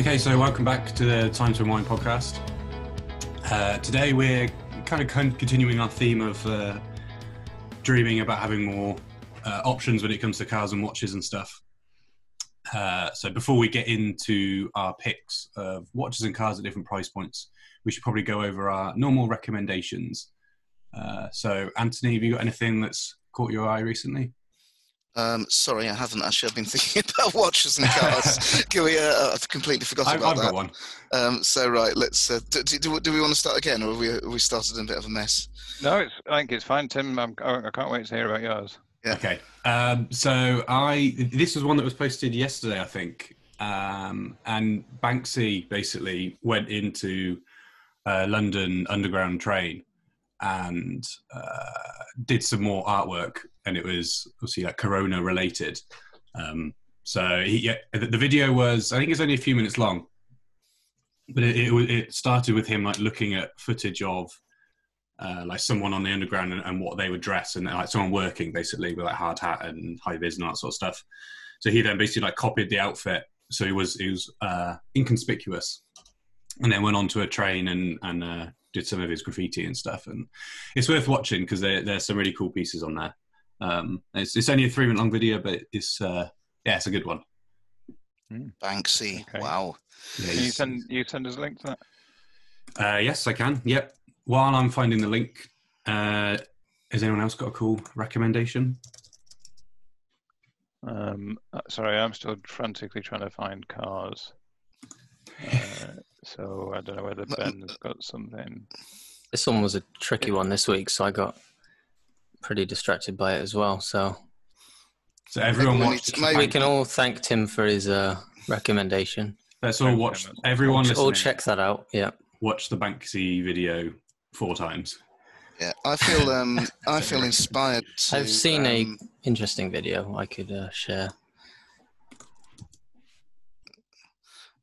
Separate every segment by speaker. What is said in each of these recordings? Speaker 1: Okay, so welcome back to the Time to Unwind podcast. Uh, today we're kind of con- continuing our theme of uh, dreaming about having more uh, options when it comes to cars and watches and stuff. Uh, so before we get into our picks of watches and cars at different price points, we should probably go over our normal recommendations. Uh, so, Anthony, have you got anything that's caught your eye recently?
Speaker 2: Um, sorry, I haven't actually. I've been thinking about watches and cars. Can we, uh, I've completely forgotten
Speaker 1: I've,
Speaker 2: about
Speaker 1: I've
Speaker 2: that.
Speaker 1: got one.
Speaker 2: Um, so right, let's. Uh, do, do, do, do we want to start again, or have we, have we started in a bit of a mess?
Speaker 3: No, it's. I think it's fine, Tim. I'm, I I can't wait to hear about yours.
Speaker 2: Yeah.
Speaker 1: Okay. Um, so I this was one that was posted yesterday, I think. Um, and Banksy basically went into uh, London Underground train and uh, did some more artwork, and it was obviously like Corona related. Um, so he, yeah, the the video was I think it's only a few minutes long, but it, it, wa- it started with him like looking at footage of uh, like someone on the underground and, and what they would dress and like someone working basically with like hard hat and high vis and all that sort of stuff. So he then basically like copied the outfit. So he was he was uh, inconspicuous, and then went onto a train and and uh, did some of his graffiti and stuff. And it's worth watching because there there's some really cool pieces on there. Um, it's it's only a three minute long video, but it's uh, yeah, it's a good one.
Speaker 2: Banksy.
Speaker 3: Okay.
Speaker 2: Wow.
Speaker 1: Yeah,
Speaker 3: Can you
Speaker 1: he's-
Speaker 3: send you send us a link to that?
Speaker 1: Uh, yes, I can. Yep. While I'm finding the link, uh, has anyone else got a cool recommendation?
Speaker 3: Um, uh, sorry, I'm still frantically trying to find cars. Uh, so I don't know whether
Speaker 2: But-
Speaker 3: Ben's got something.
Speaker 4: This one was a tricky one this week, so I got pretty distracted by it as well. So
Speaker 1: So everyone
Speaker 2: Everyone
Speaker 1: watched.
Speaker 2: needs- maybe-
Speaker 4: we can all thank Tim for his uh, recommendation.
Speaker 1: Let's all watch. Everyone,
Speaker 4: All
Speaker 1: listening,
Speaker 4: check that out. Yeah.
Speaker 1: watch the Banksy video four times.
Speaker 2: Yeah, I feel. Um, I feel inspired. To,
Speaker 4: I've seen a-
Speaker 2: um,
Speaker 4: Interesting video I could uh, share.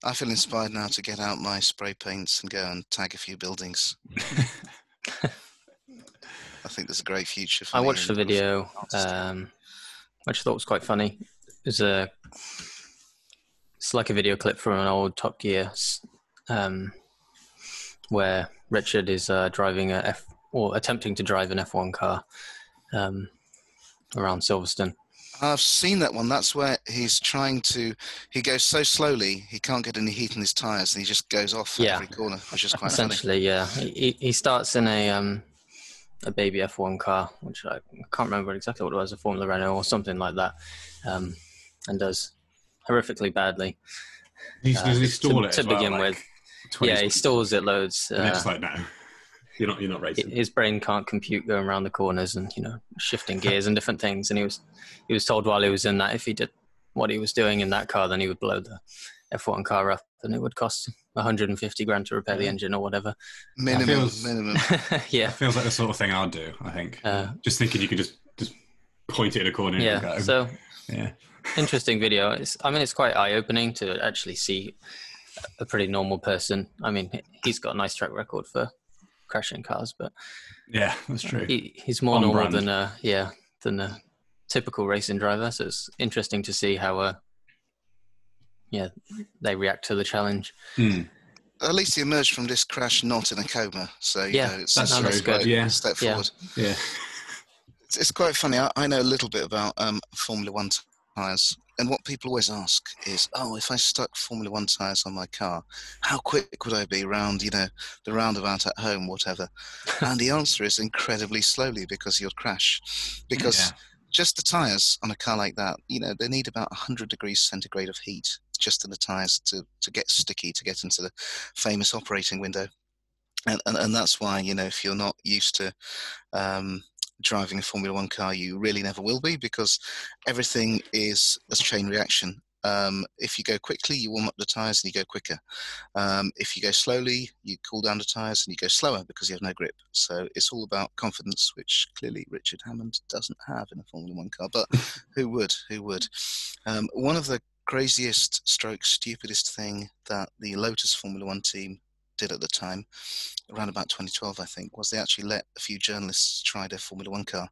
Speaker 2: I feel inspired now to get out my spray paints and go and tag a few buildings. I think there's a great future. For
Speaker 4: I
Speaker 2: me
Speaker 4: watched the
Speaker 2: in-
Speaker 4: video, um, which I thought was quite funny. It was a, it's like a video clip from an old Top Gear, s- um, where Richard is uh, driving a F or attempting to drive an F1 car um, around Silverstone.
Speaker 2: I've seen that one. That's where he's trying to. He goes so slowly, he can't get any heat in his tires, and he just goes off at
Speaker 4: Yeah.
Speaker 2: every corner, which is quite funny.
Speaker 4: Essentially, yeah, he, he- he starts in a um, a baby F1 car, which I can't remember exactly what it was, a Formula Renault or something like that, um, and does horrifically badly.
Speaker 1: He,
Speaker 4: Uh,
Speaker 1: does he
Speaker 4: to-
Speaker 1: stall it
Speaker 4: to
Speaker 1: as well,
Speaker 4: begin
Speaker 1: like,
Speaker 4: with.
Speaker 1: 20
Speaker 4: yeah, he
Speaker 1: seconds?
Speaker 4: stalls it loads.
Speaker 1: And
Speaker 4: Uh,
Speaker 1: it's like no, you're not. You're not racing.
Speaker 4: his brain can't compute going around the corners and you know shifting gears and different things. And he was he was told while he was in that if he did what he was doing in that car, then he would blow the F1 car up, and it would cost 150 grand to repair the engine or whatever.
Speaker 2: Minimum,
Speaker 1: feels-
Speaker 2: minimum.
Speaker 4: yeah.
Speaker 1: It feels like the sort of thing I'd do. I think.
Speaker 4: Uh,
Speaker 1: just thinking you could just just point it in a corner. And
Speaker 4: yeah.
Speaker 1: go.
Speaker 4: So
Speaker 1: yeah.
Speaker 4: interesting video. It's, I mean, it's quite eye-opening to actually see a pretty normal person. I mean, he's got a nice track record for crashing cars, but
Speaker 1: Yeah, that's true.
Speaker 4: he, he's more
Speaker 1: On
Speaker 4: normal
Speaker 1: brand.
Speaker 4: than a yeah than a typical racing driver. So it's interesting to see how uh, yeah they react to the challenge.
Speaker 1: Hmm.
Speaker 2: At least he emerged from this crash not in a coma. So you
Speaker 4: Yeah,
Speaker 2: know, it's,
Speaker 4: that's-
Speaker 2: it's
Speaker 4: no, that's
Speaker 2: a great
Speaker 4: good.
Speaker 1: Yeah.
Speaker 2: step
Speaker 4: Yeah.
Speaker 2: forward.
Speaker 1: Yeah.
Speaker 2: It's, it's quite funny. I, I know a little bit about um, Formula One tires, and what people always ask is, "Oh, if I stuck Formula One tires on my car, how quick would I be round, you know, the roundabout at home, whatever?" and the answer is incredibly slowly because you'll crash, because
Speaker 1: Yeah.
Speaker 2: just the tires on a car like that, you know, they need about 100 degrees centigrade of heat just in the tires to, to get sticky, to get into the famous operating window. And, and, and that's why, you know, if you're not used to um, driving a Formula One car, you really never will be because everything is a chain reaction. Um, if you go quickly, you warm up the tires and you go quicker. Um, if you go slowly, you cool down the tires and you go slower because you have no grip. So it's all about confidence, which clearly Richard Hammond doesn't have in a Formula One car. But who would? Who would? Um, one of the craziest, stroke stupidest thing that the Lotus Formula One team did at the time, around about 2012, I think, was they actually let a few journalists try their Formula One car,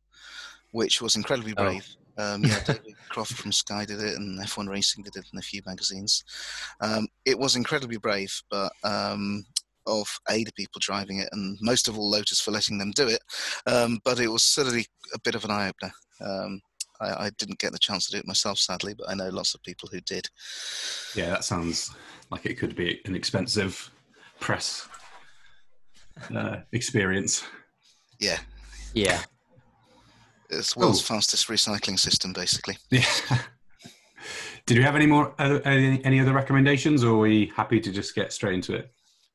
Speaker 2: which was incredibly
Speaker 4: Oh.
Speaker 2: brave Um, yeah, David Croft from Sky did it, and F1 Racing did it in a few magazines. Um, it was incredibly brave, but um, of A, the people driving it, and most of all Lotus for letting them do it. Um, but it was certainly a bit of an eye opener. Um, I, I didn't get the chance to do it myself, sadly, but I know lots of people who did.
Speaker 1: Yeah, that sounds like it could be an expensive press uh, experience.
Speaker 2: Yeah,
Speaker 4: Yeah.
Speaker 2: it's the world's
Speaker 1: Oh.
Speaker 2: fastest recycling system, basically.
Speaker 1: Yeah. Did we have any more uh, any, any other recommendations, or are we happy to just get straight into it?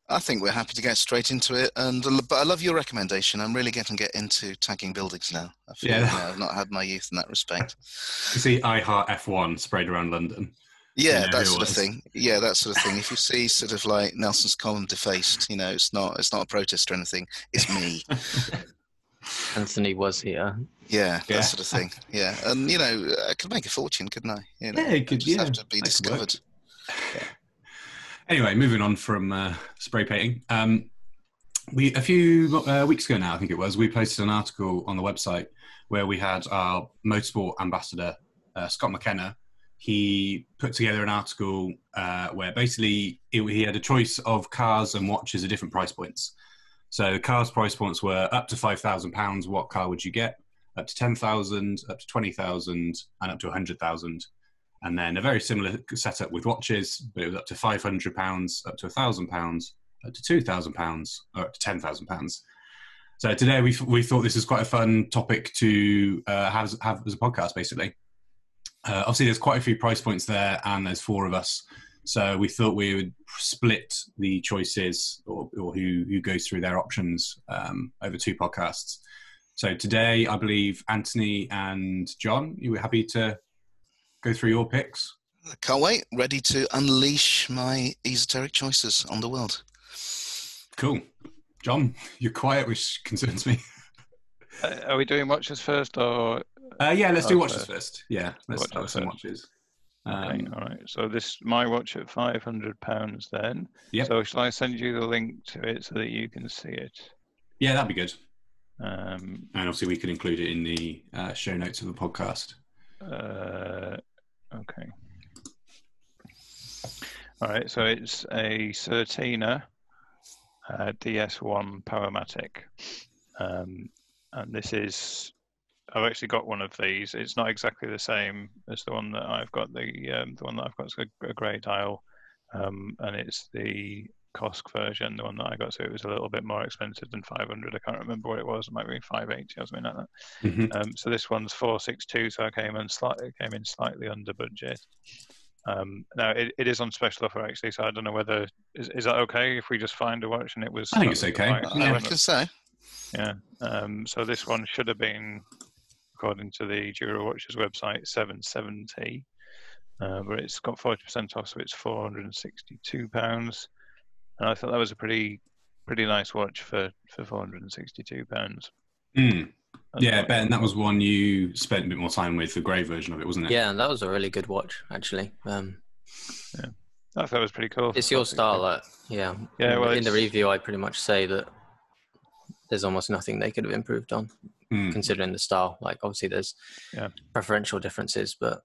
Speaker 2: I think we're happy to get straight into it, and uh, but I love your recommendation. I'm really getting get into tagging buildings now. I feel
Speaker 1: Yeah.
Speaker 2: you know, I've not had my youth in that respect.
Speaker 1: You see, I heart F1 sprayed around London. know
Speaker 2: Yeah,
Speaker 1: who
Speaker 2: that
Speaker 1: it
Speaker 2: sort of
Speaker 1: was.
Speaker 2: thing. Yeah, that sort of thing. If you see sort of like Nelson's column defaced, you know, it's not it's not a protest or anything. It's me.
Speaker 4: Anthony was here.
Speaker 2: Yeah,
Speaker 1: Yeah.
Speaker 2: that sort of thing. Yeah, and you know, I could make a fortune, couldn't I? You know,
Speaker 1: Yeah, it
Speaker 2: I
Speaker 1: could-
Speaker 2: just
Speaker 1: yeah,
Speaker 2: have to be
Speaker 1: that could work.
Speaker 2: discovered.
Speaker 1: Anyway, moving on from uh, spray painting. Um, we a few uh, weeks ago now, I think it was, we posted an article on the website where we had our motorsport ambassador uh, Scott McKenna. He put together an article uh, where basically it, he had a choice of cars and watches at different price points. So cars price points were up to five thousand pounds. What car would you get? Up to ten thousand, up to twenty thousand, and up to hundred thousand and then a very similar setup with watches, but it was up to five hundred pounds, up to thousand pounds, up to two thousand pounds, or up to ten thousand pounds. So today we we thought this is quite a fun topic to uh, have as- have as a podcast, basically. Uh, obviously, there's quite a few price points there, and there's four of us, so we thought we would split the choices or, or who who goes through their options um, over two podcasts. So today, I believe Anthony and John, you were happy to go through your picks.
Speaker 2: I can't wait. Ready to unleash my esoteric choices on the world.
Speaker 1: Cool. John, you're quiet, which concerns me.
Speaker 3: Uh, Are we doing watches first or?
Speaker 1: Uh, yeah, let's do
Speaker 3: Oh,
Speaker 1: watches
Speaker 3: first.
Speaker 1: first. Yeah, let's
Speaker 3: Watches
Speaker 1: start with some
Speaker 3: first.
Speaker 1: watches.
Speaker 3: okay,
Speaker 1: Um,
Speaker 3: all right. So this my watch at five hundred pounds then.
Speaker 1: Yep.
Speaker 3: So shall I send you the link to it so that you can see it?
Speaker 1: yeah, that'd be good.
Speaker 3: Um,
Speaker 1: And obviously, we could include it in the uh, show notes of the podcast.
Speaker 3: Uh, okay. All right, so it's a Certina uh, DS1 Powermatic. Um, and this is, I've actually got one of these. It's not exactly the same as the one that I've got. The um, the one that I've got is a, a grey dial, um, and it's the Kosk version, the one that I got. So it was a little bit more expensive than 500. I can't remember what it was. It might be 580 or something like that.
Speaker 1: Mhm.
Speaker 3: Um, so this one's four six two, so I came in slightly came in slightly under budget. Um, now it, it is on special offer actually, so I don't know whether is, is that okay if we just find a watch and it was.
Speaker 1: I think
Speaker 3: that
Speaker 1: it's
Speaker 3: was the
Speaker 1: okay.
Speaker 3: price,
Speaker 2: I
Speaker 1: Yeah.
Speaker 3: wasn't
Speaker 2: reckon so.
Speaker 3: it? Um, so this one should have been, according to the Dura Watches website, seven seventy, uh, but it's got forty percent off, so it's four hundred and sixty two pounds. And I thought that was a pretty pretty nice watch for for four hundred and sixty two pounds.
Speaker 1: Mm. Yeah, Ben, that was one you spent a bit more time with, the grey version of it, wasn't it?
Speaker 4: Yeah, that was a really good watch, actually. Um,
Speaker 3: I thought it was pretty cool. for
Speaker 4: it's
Speaker 3: 462.
Speaker 4: your style, that. Yeah.
Speaker 3: Yeah, well,
Speaker 4: in the
Speaker 3: it's-
Speaker 4: review, I pretty much say that there's almost nothing they could have improved on,
Speaker 1: Mm.
Speaker 4: considering the style. Like, obviously, there's
Speaker 3: Mm-hmm. Yeah.
Speaker 4: preferential differences, but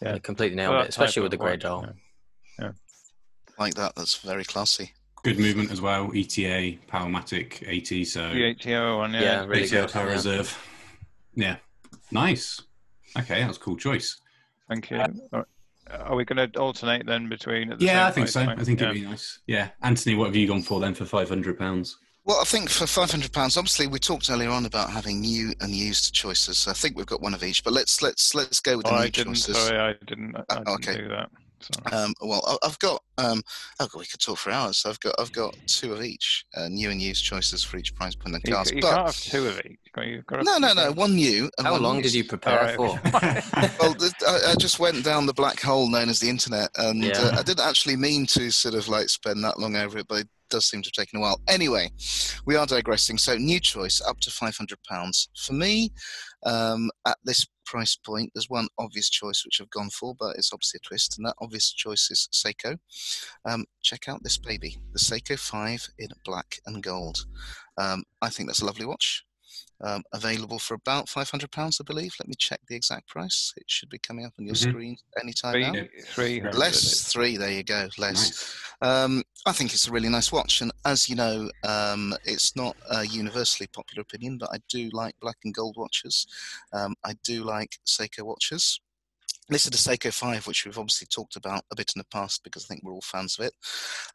Speaker 3: Yeah.
Speaker 4: they completely nailed
Speaker 3: Well,
Speaker 4: it,
Speaker 3: that type
Speaker 4: especially with the
Speaker 3: of
Speaker 4: grey
Speaker 3: watch,
Speaker 4: dial.
Speaker 3: yeah.
Speaker 2: Like that. That's very classy.
Speaker 1: Good movement as well. E ETA, Powermatic 80, so
Speaker 3: The ATO one, yeah.
Speaker 4: Yeah, really
Speaker 1: ATL
Speaker 4: good.
Speaker 1: Power
Speaker 4: yeah.
Speaker 1: Reserve. Yeah. Nice. Okay, that was a cool choice.
Speaker 3: Thank you. Alright. Are we going to alternate then between? At the
Speaker 1: Yeah,
Speaker 3: same
Speaker 1: I think
Speaker 3: price
Speaker 1: so.
Speaker 3: point?
Speaker 1: I think
Speaker 3: yeah.
Speaker 1: it'd be nice. Yeah. Anthony, what have you gone for then for £500?
Speaker 2: Well, I think for five hundred pounds, obviously we talked earlier on about having new and used choices. So I think we've got one of each, but let's let's let's go with
Speaker 3: Oh,
Speaker 2: the
Speaker 3: I
Speaker 2: new
Speaker 3: didn't.
Speaker 2: choices.
Speaker 3: Sorry, I didn't. I
Speaker 2: Uh,
Speaker 3: didn't
Speaker 2: okay.
Speaker 3: do that. Sorry.
Speaker 2: Um, well, I- I've got. Um, oh God, we could talk for hours. I've got. I've got two of each. Uh, new and used choices for each price point and
Speaker 3: You,
Speaker 2: class.
Speaker 3: you
Speaker 2: but
Speaker 3: can't have two of each. You've got- You've got to
Speaker 2: no, no, no. One new. and
Speaker 4: How
Speaker 2: one
Speaker 4: long
Speaker 2: used.
Speaker 4: did you prepare
Speaker 3: All right,
Speaker 4: for?
Speaker 2: well, th- I, I just went down the black hole known as the internet, and
Speaker 4: Yeah.
Speaker 2: uh, I didn't actually mean to sort of like spend that long over it, but it does seem to have taken a while. Anyway, we are digressing. So, new choice up to five hundred pounds for me. Um, at this price point, there's one obvious choice which I've gone for, but it's obviously a twist, and that obvious choice is Seiko. Um, check out this baby, the Seiko Five in black and gold. Um, I think that's a lovely watch. um, available for about five hundred pounds, I believe. Let me check the exact price. It should be coming up on your
Speaker 1: Mhm.
Speaker 2: screen anytime
Speaker 3: Three,
Speaker 2: now.
Speaker 3: three hundred.
Speaker 2: Less three, there you go. Less. Um, I think it's a really nice watch, and as you know, um, it's not a universally popular opinion, but I do like black and gold watches. Um, I do like Seiko watches. This is the Seiko 5, which we've obviously talked about a bit in the past because I think we're all fans of it.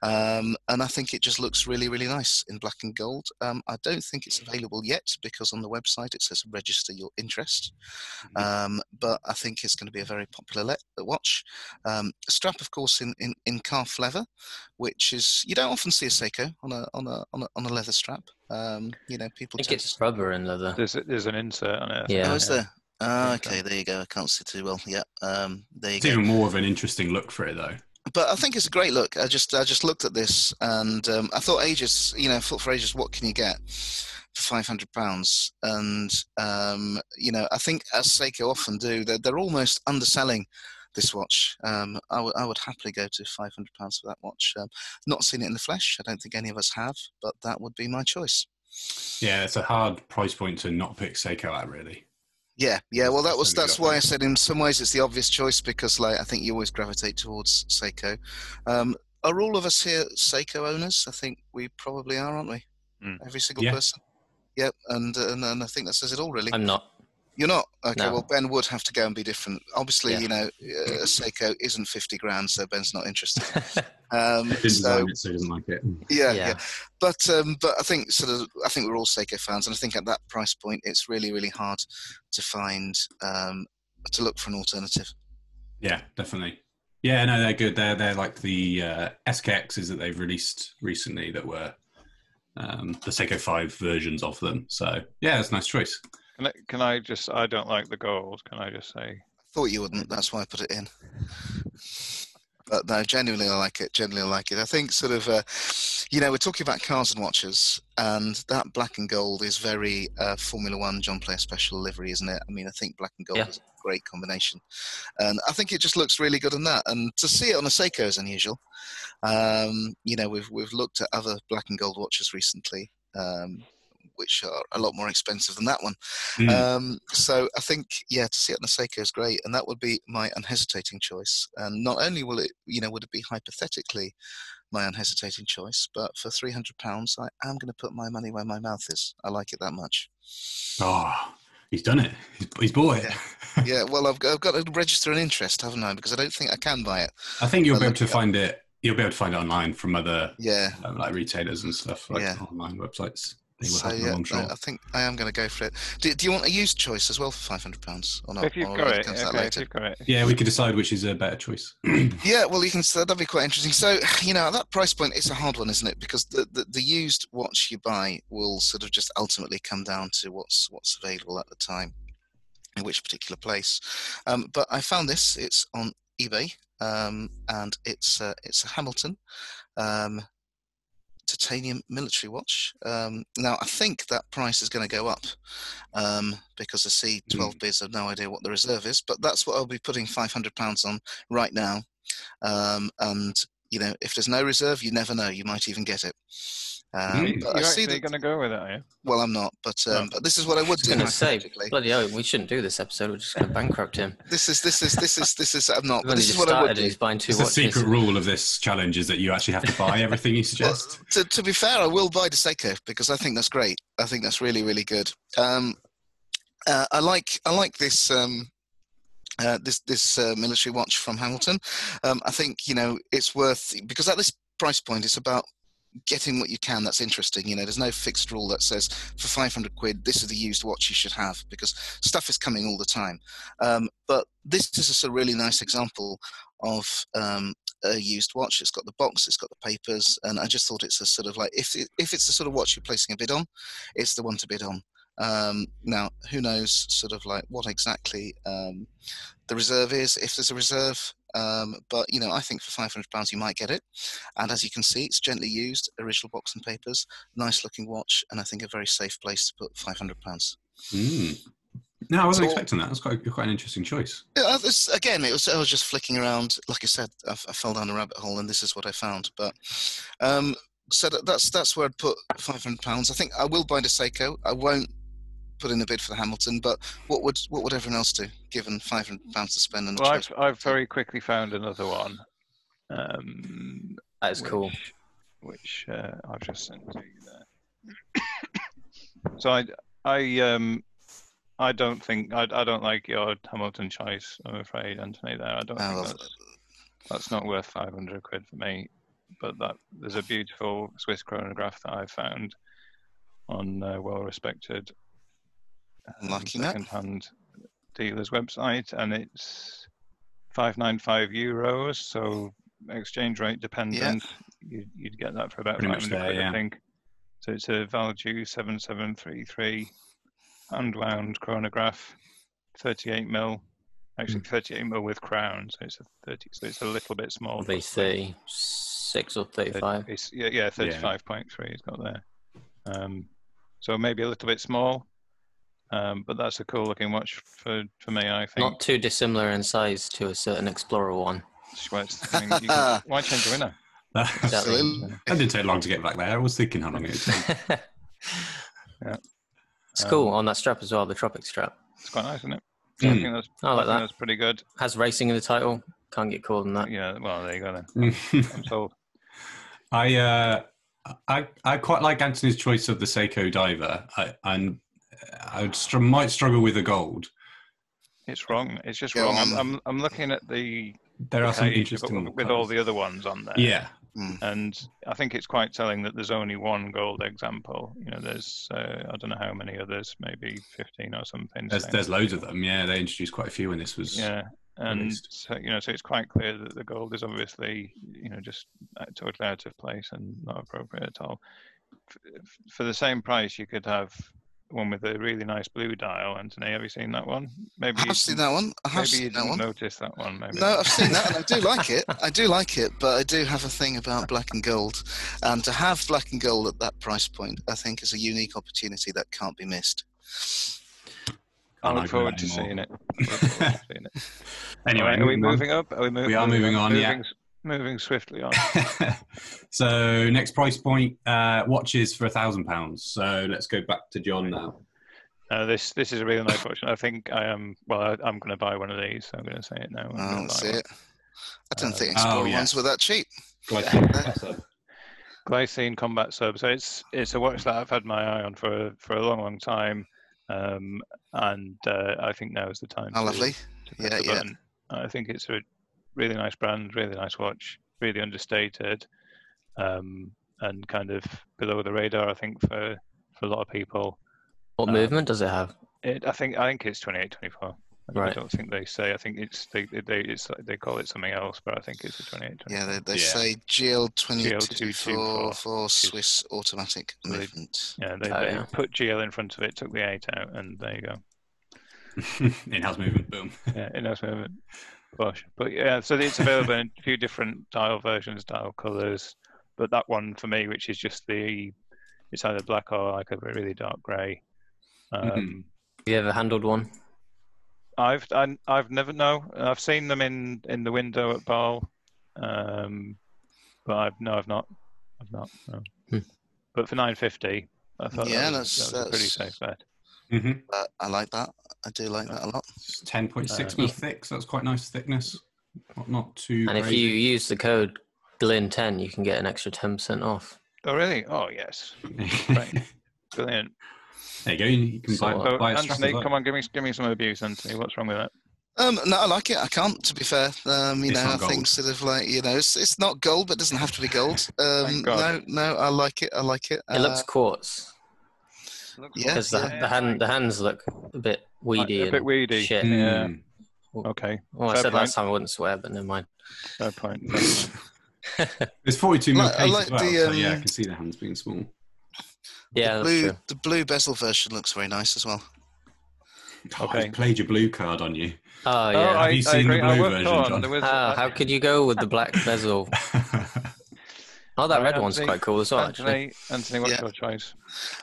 Speaker 2: Um, and I think it just looks really, really nice in black and gold. Um, I don't think it's available yet because on the website it says register your interest. Um, but I think it's going to be a very popular le- watch. Um, a strap, of course, in, in, in calf leather, which is you don't often see a Seiko on a on a on a, on a leather strap. Um, you know, people
Speaker 4: I think
Speaker 2: tend
Speaker 4: it's
Speaker 2: to-
Speaker 4: rubber and leather.
Speaker 3: There's there's an insert on it. I think.
Speaker 4: Yeah.
Speaker 2: Oh, is there? Ah,
Speaker 3: think so.
Speaker 2: okay, there you go. I can't see too well. Yeah, um, there you
Speaker 1: It's
Speaker 2: go
Speaker 1: even more of an interesting look for it, though.
Speaker 2: but I think it's a great look. I just I just looked at this and um, I thought ages, you know, I thought for ages, what can you get for five hundred pounds? And um, you know, I think as Seiko often do, they're, they're almost underselling this watch. Um, I would I would happily go to five hundred pounds for that watch. Um, not seen it in the flesh. I don't think any of us have, but that would be my choice.
Speaker 1: Yeah, it's a hard price point to not pick Seiko at, really.
Speaker 2: Yeah, yeah. Well, that was
Speaker 1: Definitely
Speaker 2: that's
Speaker 1: got
Speaker 2: why I
Speaker 1: that.
Speaker 2: said in some ways it's the obvious choice because like I think you always gravitate towards Seiko. Um, are all of us here Seiko owners? I think we probably are, aren't we?
Speaker 3: Mm.
Speaker 2: Every single
Speaker 1: Yeah.
Speaker 2: person. Yep, and, and and I think that says it all really.
Speaker 4: I'm not.
Speaker 2: You're not okay.
Speaker 4: No.
Speaker 2: Well, Ben would have to go and be different. Obviously,
Speaker 4: Yeah.
Speaker 2: you know, uh, Seiko isn't fifty grand, so Ben's not interested. Um,
Speaker 1: Didn't design
Speaker 2: so
Speaker 1: it, so he doesn't like it.
Speaker 2: yeah, yeah,
Speaker 4: yeah.
Speaker 2: but um, but I think sort of I think we're all Seiko fans, and I think at that price point, it's really really hard to find um, to look for an alternative.
Speaker 1: Yeah, definitely. Yeah, no, they're good. They're they're like the uh, SKXs that they've released recently that were um, the Seiko Five versions of them. So yeah, it's a nice choice.
Speaker 3: Can I, can I just? I don't like the gold. Can I just say?
Speaker 2: Thought you wouldn't. That's why I put it in. But no, genuinely, I like it. Genuinely, I like it. I think sort of, uh, you know, we're talking about cars and watches, and that black and gold is very uh, Formula One John Player Special livery, isn't it? I mean, I think black and gold
Speaker 4: Yeah.
Speaker 2: is a great combination, and I think it just looks really good on that. And to see it on a Seiko is unusual. Um, you know, we've we've looked at other black and gold watches recently. Um, which are a lot more expensive than that one.
Speaker 1: Mm.
Speaker 2: Um, so I think yeah, to see it on the Seiko is great, and that would be my unhesitating choice. And not only will it, you know, would it be hypothetically my unhesitating choice, but for three hundred pounds, I am going to put my money where my mouth is. I like it that much.
Speaker 1: oh, he's done it. He's, he's bought it.
Speaker 2: yeah, well, I've got, I've got to register an interest, haven't I? Because I don't think I can buy it.
Speaker 1: I think you'll
Speaker 2: I
Speaker 1: be able
Speaker 2: like
Speaker 1: to
Speaker 2: it.
Speaker 1: find it. You'll be able to find it online from other
Speaker 2: Yeah.
Speaker 1: um, like retailers and stuff, like
Speaker 2: Yeah.
Speaker 1: online websites. They will
Speaker 2: So
Speaker 1: have
Speaker 2: yeah,
Speaker 1: them, I'm
Speaker 2: no,
Speaker 1: sure.
Speaker 2: I think I am going to go for it. Do, do you want a used choice as well for five hundred pounds or not?
Speaker 3: if you've
Speaker 2: Or
Speaker 3: got
Speaker 2: it
Speaker 3: it,
Speaker 2: comes out
Speaker 3: okay. If
Speaker 2: later?
Speaker 3: you've got it,
Speaker 1: Yeah, we could decide which is a better choice.
Speaker 2: Yeah, well, you can. So that'd be quite interesting. So, you know, at that price point, it's a hard one, isn't it? Because the, the, the used watch you buy will sort of just ultimately come down to what's what's available at the time, in which particular place. Um, but I found this. It's on eBay, um, and it's uh, it's a Hamilton. Um, titanium military watch um, now i think that price is going to go up um, because i see 12 bids i've no idea what the reserve is but that's what i'll be putting 500 pounds on right now um, and you know if there's no reserve you never know you might even get it um,
Speaker 1: Mm.
Speaker 2: but
Speaker 3: Mm-hmm. you're
Speaker 2: i see
Speaker 3: actually
Speaker 2: that
Speaker 3: going to go with it, are you?
Speaker 2: well i'm not but um,
Speaker 3: No.
Speaker 2: but this is what i would do
Speaker 4: I was gonna say,
Speaker 2: hypothetically.
Speaker 4: bloody hell, we shouldn't do this episode. We're just going to bankrupt him.
Speaker 2: this is this is this is this is i'm not but
Speaker 4: We've only
Speaker 2: this is
Speaker 4: just
Speaker 2: what i would
Speaker 4: started and
Speaker 2: do
Speaker 4: he's buying two
Speaker 1: It's the
Speaker 4: watches.
Speaker 1: secret rule of this challenge is that you actually have to buy everything you suggest.
Speaker 2: Well, to, to be fair, I will buy the Seiko because I think that's great. I think that's really, really good. Um, uh, I like I like this um, uh, this this uh, military watch from Hamilton. Um, I think you know it's worth because at this price point, it's about getting what you can that's interesting you know there's no fixed rule that says for 500 quid this is the used watch you should have because stuff is coming all the time um, but this is just a really nice example of um, a used watch it's got the box it's got the papers and i just thought it's a sort of like if it, if it's the sort of watch you're placing a bid on it's the one to bid on um, now who knows sort of like what exactly um, the reserve is if there's a reserve um, but you know i think for 500 pounds you might get it and as you can see, it's gently used, original box and papers, nice looking watch, and I think a very safe place to put £500.
Speaker 1: Mm. No, I wasn't
Speaker 2: So-
Speaker 1: expecting that. That's quite quite an interesting choice.
Speaker 2: Yeah, I was- again, it was I was just flicking around. Like I said, I, I fell down a rabbit hole, and this is what I found. But um, so that, that's that's where I'd put £500. I think I will buy the Seiko. I won't put in a bid for the Hamilton, but what would what would everyone else do given five hundred pounds to spend on a
Speaker 3: Well,
Speaker 2: choice?
Speaker 3: I've, I've very quickly found another one, um,
Speaker 4: That is cool.
Speaker 3: which- Which uh, I've just sent to you there. so I, I, um, I don't think I, I don't like your Hamilton choice. I'm afraid, Anthony. There, I don't.
Speaker 2: Oh,
Speaker 3: think
Speaker 2: well,
Speaker 3: that's, that's not worth 500 quid for me. But that there's a beautiful Swiss chronograph that I found on a well-respected um,
Speaker 2: Lucky nut.
Speaker 3: second-hand dealer's website, and it's 595 euros. So exchange rate dependent, you'd, you'd get that for about
Speaker 1: Pretty much
Speaker 3: 500
Speaker 1: there,
Speaker 3: quid,
Speaker 1: yeah.
Speaker 3: I think. So it's a Valjoux 7733 hand-wound chronograph, 38 mil. Actually,
Speaker 1: Hmm.
Speaker 3: 38 mil with crown, so it's a 30. So it's a little bit smaller.
Speaker 4: Probably thirty-six or thirty-five.
Speaker 3: It's, yeah, yeah, thirty-five point three. It's got there. Um, so maybe a little bit small, um, but that's a cool-looking watch for for me. I think.
Speaker 4: Not too dissimilar in size to a certain Explorer one.
Speaker 3: Well, it's- I mean, you can- why change the winner?
Speaker 1: that
Speaker 4: That range,
Speaker 2: Absolutely.
Speaker 1: didn't take long to get back there. I was thinking how long it would take.
Speaker 4: yeah.
Speaker 3: Yeah.
Speaker 4: It's cool
Speaker 3: Um,
Speaker 4: on that strap as well, the Tropic strap.
Speaker 3: It's quite nice, isn't it? So I
Speaker 1: Mm.
Speaker 3: think that's
Speaker 4: Hmm. I like
Speaker 3: I think
Speaker 4: that.
Speaker 3: that's pretty good.
Speaker 4: Has racing in the title. Can't get cooler than that.
Speaker 3: Yeah. Well, there you go. Then I'm sold.
Speaker 1: I uh, I I quite like Anthony's choice of the Seiko diver, I, and I would str- might struggle with the gold.
Speaker 3: It's wrong. It's just
Speaker 2: Go
Speaker 3: wrong. I'm,
Speaker 2: on.
Speaker 3: I'm I'm looking at the
Speaker 1: There are some
Speaker 3: page
Speaker 1: interesting
Speaker 3: with, with all
Speaker 1: colours.
Speaker 3: the other ones on there.
Speaker 1: Yeah,
Speaker 3: and I think it's quite telling that there's only one gold example. You know, there's uh, I don't know how many others, maybe fifteen or something.
Speaker 1: there's
Speaker 3: so-
Speaker 1: there's loads of them. Yeah, they introduced quite a few when this was.
Speaker 3: Yeah, and
Speaker 1: released.
Speaker 3: so, you know, so it's quite clear that the gold is obviously you know just uh, totally out of place and not appropriate at all. F- f- For the same price, you could have one with a really nice blue dial. Anthony, have you seen that one? Maybe
Speaker 2: I
Speaker 3: you
Speaker 2: have seen
Speaker 3: didn't-
Speaker 2: that one. I have
Speaker 3: Maybe you
Speaker 2: seen that
Speaker 3: didn't
Speaker 2: one.
Speaker 3: notice that one. Maybe
Speaker 2: No, I've seen that and I do like it. I do like it, but I do have a thing about black and gold. And to have black and gold at that price point, I think is a unique opportunity that can't be missed.
Speaker 3: I
Speaker 1: Can't
Speaker 3: look
Speaker 1: argue
Speaker 3: forward
Speaker 1: with
Speaker 3: to
Speaker 1: that
Speaker 3: seeing it. Look forward to seeing it.
Speaker 1: Anyway,
Speaker 3: Right, are we moving up? Are we moving?
Speaker 1: We are moving on, yeah.
Speaker 3: Moving, moving swiftly on.
Speaker 1: so next price point uh, watches for a thousand pounds. So let's go back to John now.
Speaker 3: Uh, this this is a really nice watch. and I think I am. Well, I, I'm going to buy one of these. So I'm going to say it now. I'm
Speaker 2: I
Speaker 3: gonna
Speaker 2: don't
Speaker 3: buy
Speaker 2: Ah, see
Speaker 3: one. Uh,
Speaker 2: it. I don't think
Speaker 1: oh,
Speaker 2: Explorer
Speaker 1: yeah.
Speaker 2: ones were that cheap.
Speaker 3: Glycine Combat Sub. So it's it's a watch that I've had my eye on for for a long, long time, um, and uh, I think now is the time.
Speaker 2: Oh,
Speaker 3: to-
Speaker 2: lovely.
Speaker 3: to press
Speaker 2: Yeah,
Speaker 3: the
Speaker 2: yeah.
Speaker 3: button. I think it's a really nice brand, really nice watch, really understated, um, and kind of below the radar. I think for for a lot of people.
Speaker 4: What
Speaker 3: Um,
Speaker 4: movement does it have?
Speaker 3: It, I think I think it's 28, 24. I
Speaker 4: Right.
Speaker 3: don't think they say. I think it's they they they, it's, they call it something else, but I think it's a 28, 24.
Speaker 2: Yeah, they, they
Speaker 1: Yeah.
Speaker 2: say GL twenty two four
Speaker 3: 2224
Speaker 2: for Swiss automatic
Speaker 3: So they-
Speaker 2: movement.
Speaker 3: Yeah, they,
Speaker 4: Oh,
Speaker 3: they
Speaker 4: yeah.
Speaker 3: put GL in front of it, took the eight out, and there you go.
Speaker 1: In-house movement, boom.
Speaker 3: Yeah, it knows movement. Bosh. But yeah, so it's available in a few different dial versions, dial colors. But that one for me, which is just the, it's either black or like a really dark grey. Um,
Speaker 4: Mm-hmm.
Speaker 1: Mhm.
Speaker 4: Have you ever handled one?
Speaker 3: I've I, I've never no. I've seen them in in the window at Ball, um, but I've no, I've not, I've not. No.
Speaker 4: Hmm.
Speaker 3: But for nine fifty, I thought
Speaker 2: Yeah,
Speaker 3: that
Speaker 2: that's-
Speaker 3: was, that was a pretty
Speaker 2: that's-
Speaker 3: safe bet.
Speaker 1: hmm
Speaker 2: Uh, I like that. I do like that a lot.
Speaker 1: It's ten point six
Speaker 3: Uh,
Speaker 1: mil thick, so that's quite nice thickness. Not, not too.
Speaker 4: And if
Speaker 1: crazy.
Speaker 4: you use the code GLIN10, you can get an extra 10% off.
Speaker 3: Oh really? Oh yes,
Speaker 1: there
Speaker 3: Right. brilliant.
Speaker 1: you go. You can buy,
Speaker 4: So,
Speaker 3: So
Speaker 1: buy a strap
Speaker 3: Anthony,
Speaker 1: as well.
Speaker 3: come on, give me give me some abuse, Anthony. What's wrong with that?
Speaker 2: Um, no, I like it. I can't, to be fair. Um, you
Speaker 1: It's
Speaker 2: know, I
Speaker 1: not gold.
Speaker 2: think sort of like you know, it's, it's not gold, but it doesn't have to be gold. Um,
Speaker 3: Thank God.
Speaker 2: no, no, I like it. I like it.
Speaker 4: It looks
Speaker 2: Uh,
Speaker 4: quartz
Speaker 2: Yeah,
Speaker 4: because the, the, hand, the hands look a bit weedy.
Speaker 3: a bit
Speaker 4: and
Speaker 3: weedy.
Speaker 4: Shit.
Speaker 3: Yeah.
Speaker 1: Mm.
Speaker 3: Okay,
Speaker 4: Well, I
Speaker 3: Fair
Speaker 4: said last time I wouldn't swear, but never mind.
Speaker 3: fair point. fair point.
Speaker 1: It's forty-two mil
Speaker 2: Like- I
Speaker 1: case
Speaker 2: like
Speaker 1: as well.
Speaker 2: the,
Speaker 1: so yeah, I
Speaker 2: um,
Speaker 1: can see the hands being small.
Speaker 4: Yeah, that's
Speaker 2: blue,
Speaker 4: true.
Speaker 2: the blue bezel version looks very nice as well.
Speaker 1: Oh,
Speaker 3: Okay.
Speaker 1: I played your blue card on you.
Speaker 4: Oh,
Speaker 3: Oh,
Speaker 4: yeah.
Speaker 1: Have you seen the blue version, John?
Speaker 3: There was,
Speaker 4: Ah,
Speaker 3: I-
Speaker 4: how could you go with the black bezel? Oh, that
Speaker 3: Right,
Speaker 4: red one's
Speaker 3: Anthony-
Speaker 4: quite cool as well, actually.
Speaker 3: Anthony, Anthony, what's
Speaker 2: Yeah.
Speaker 3: your choice?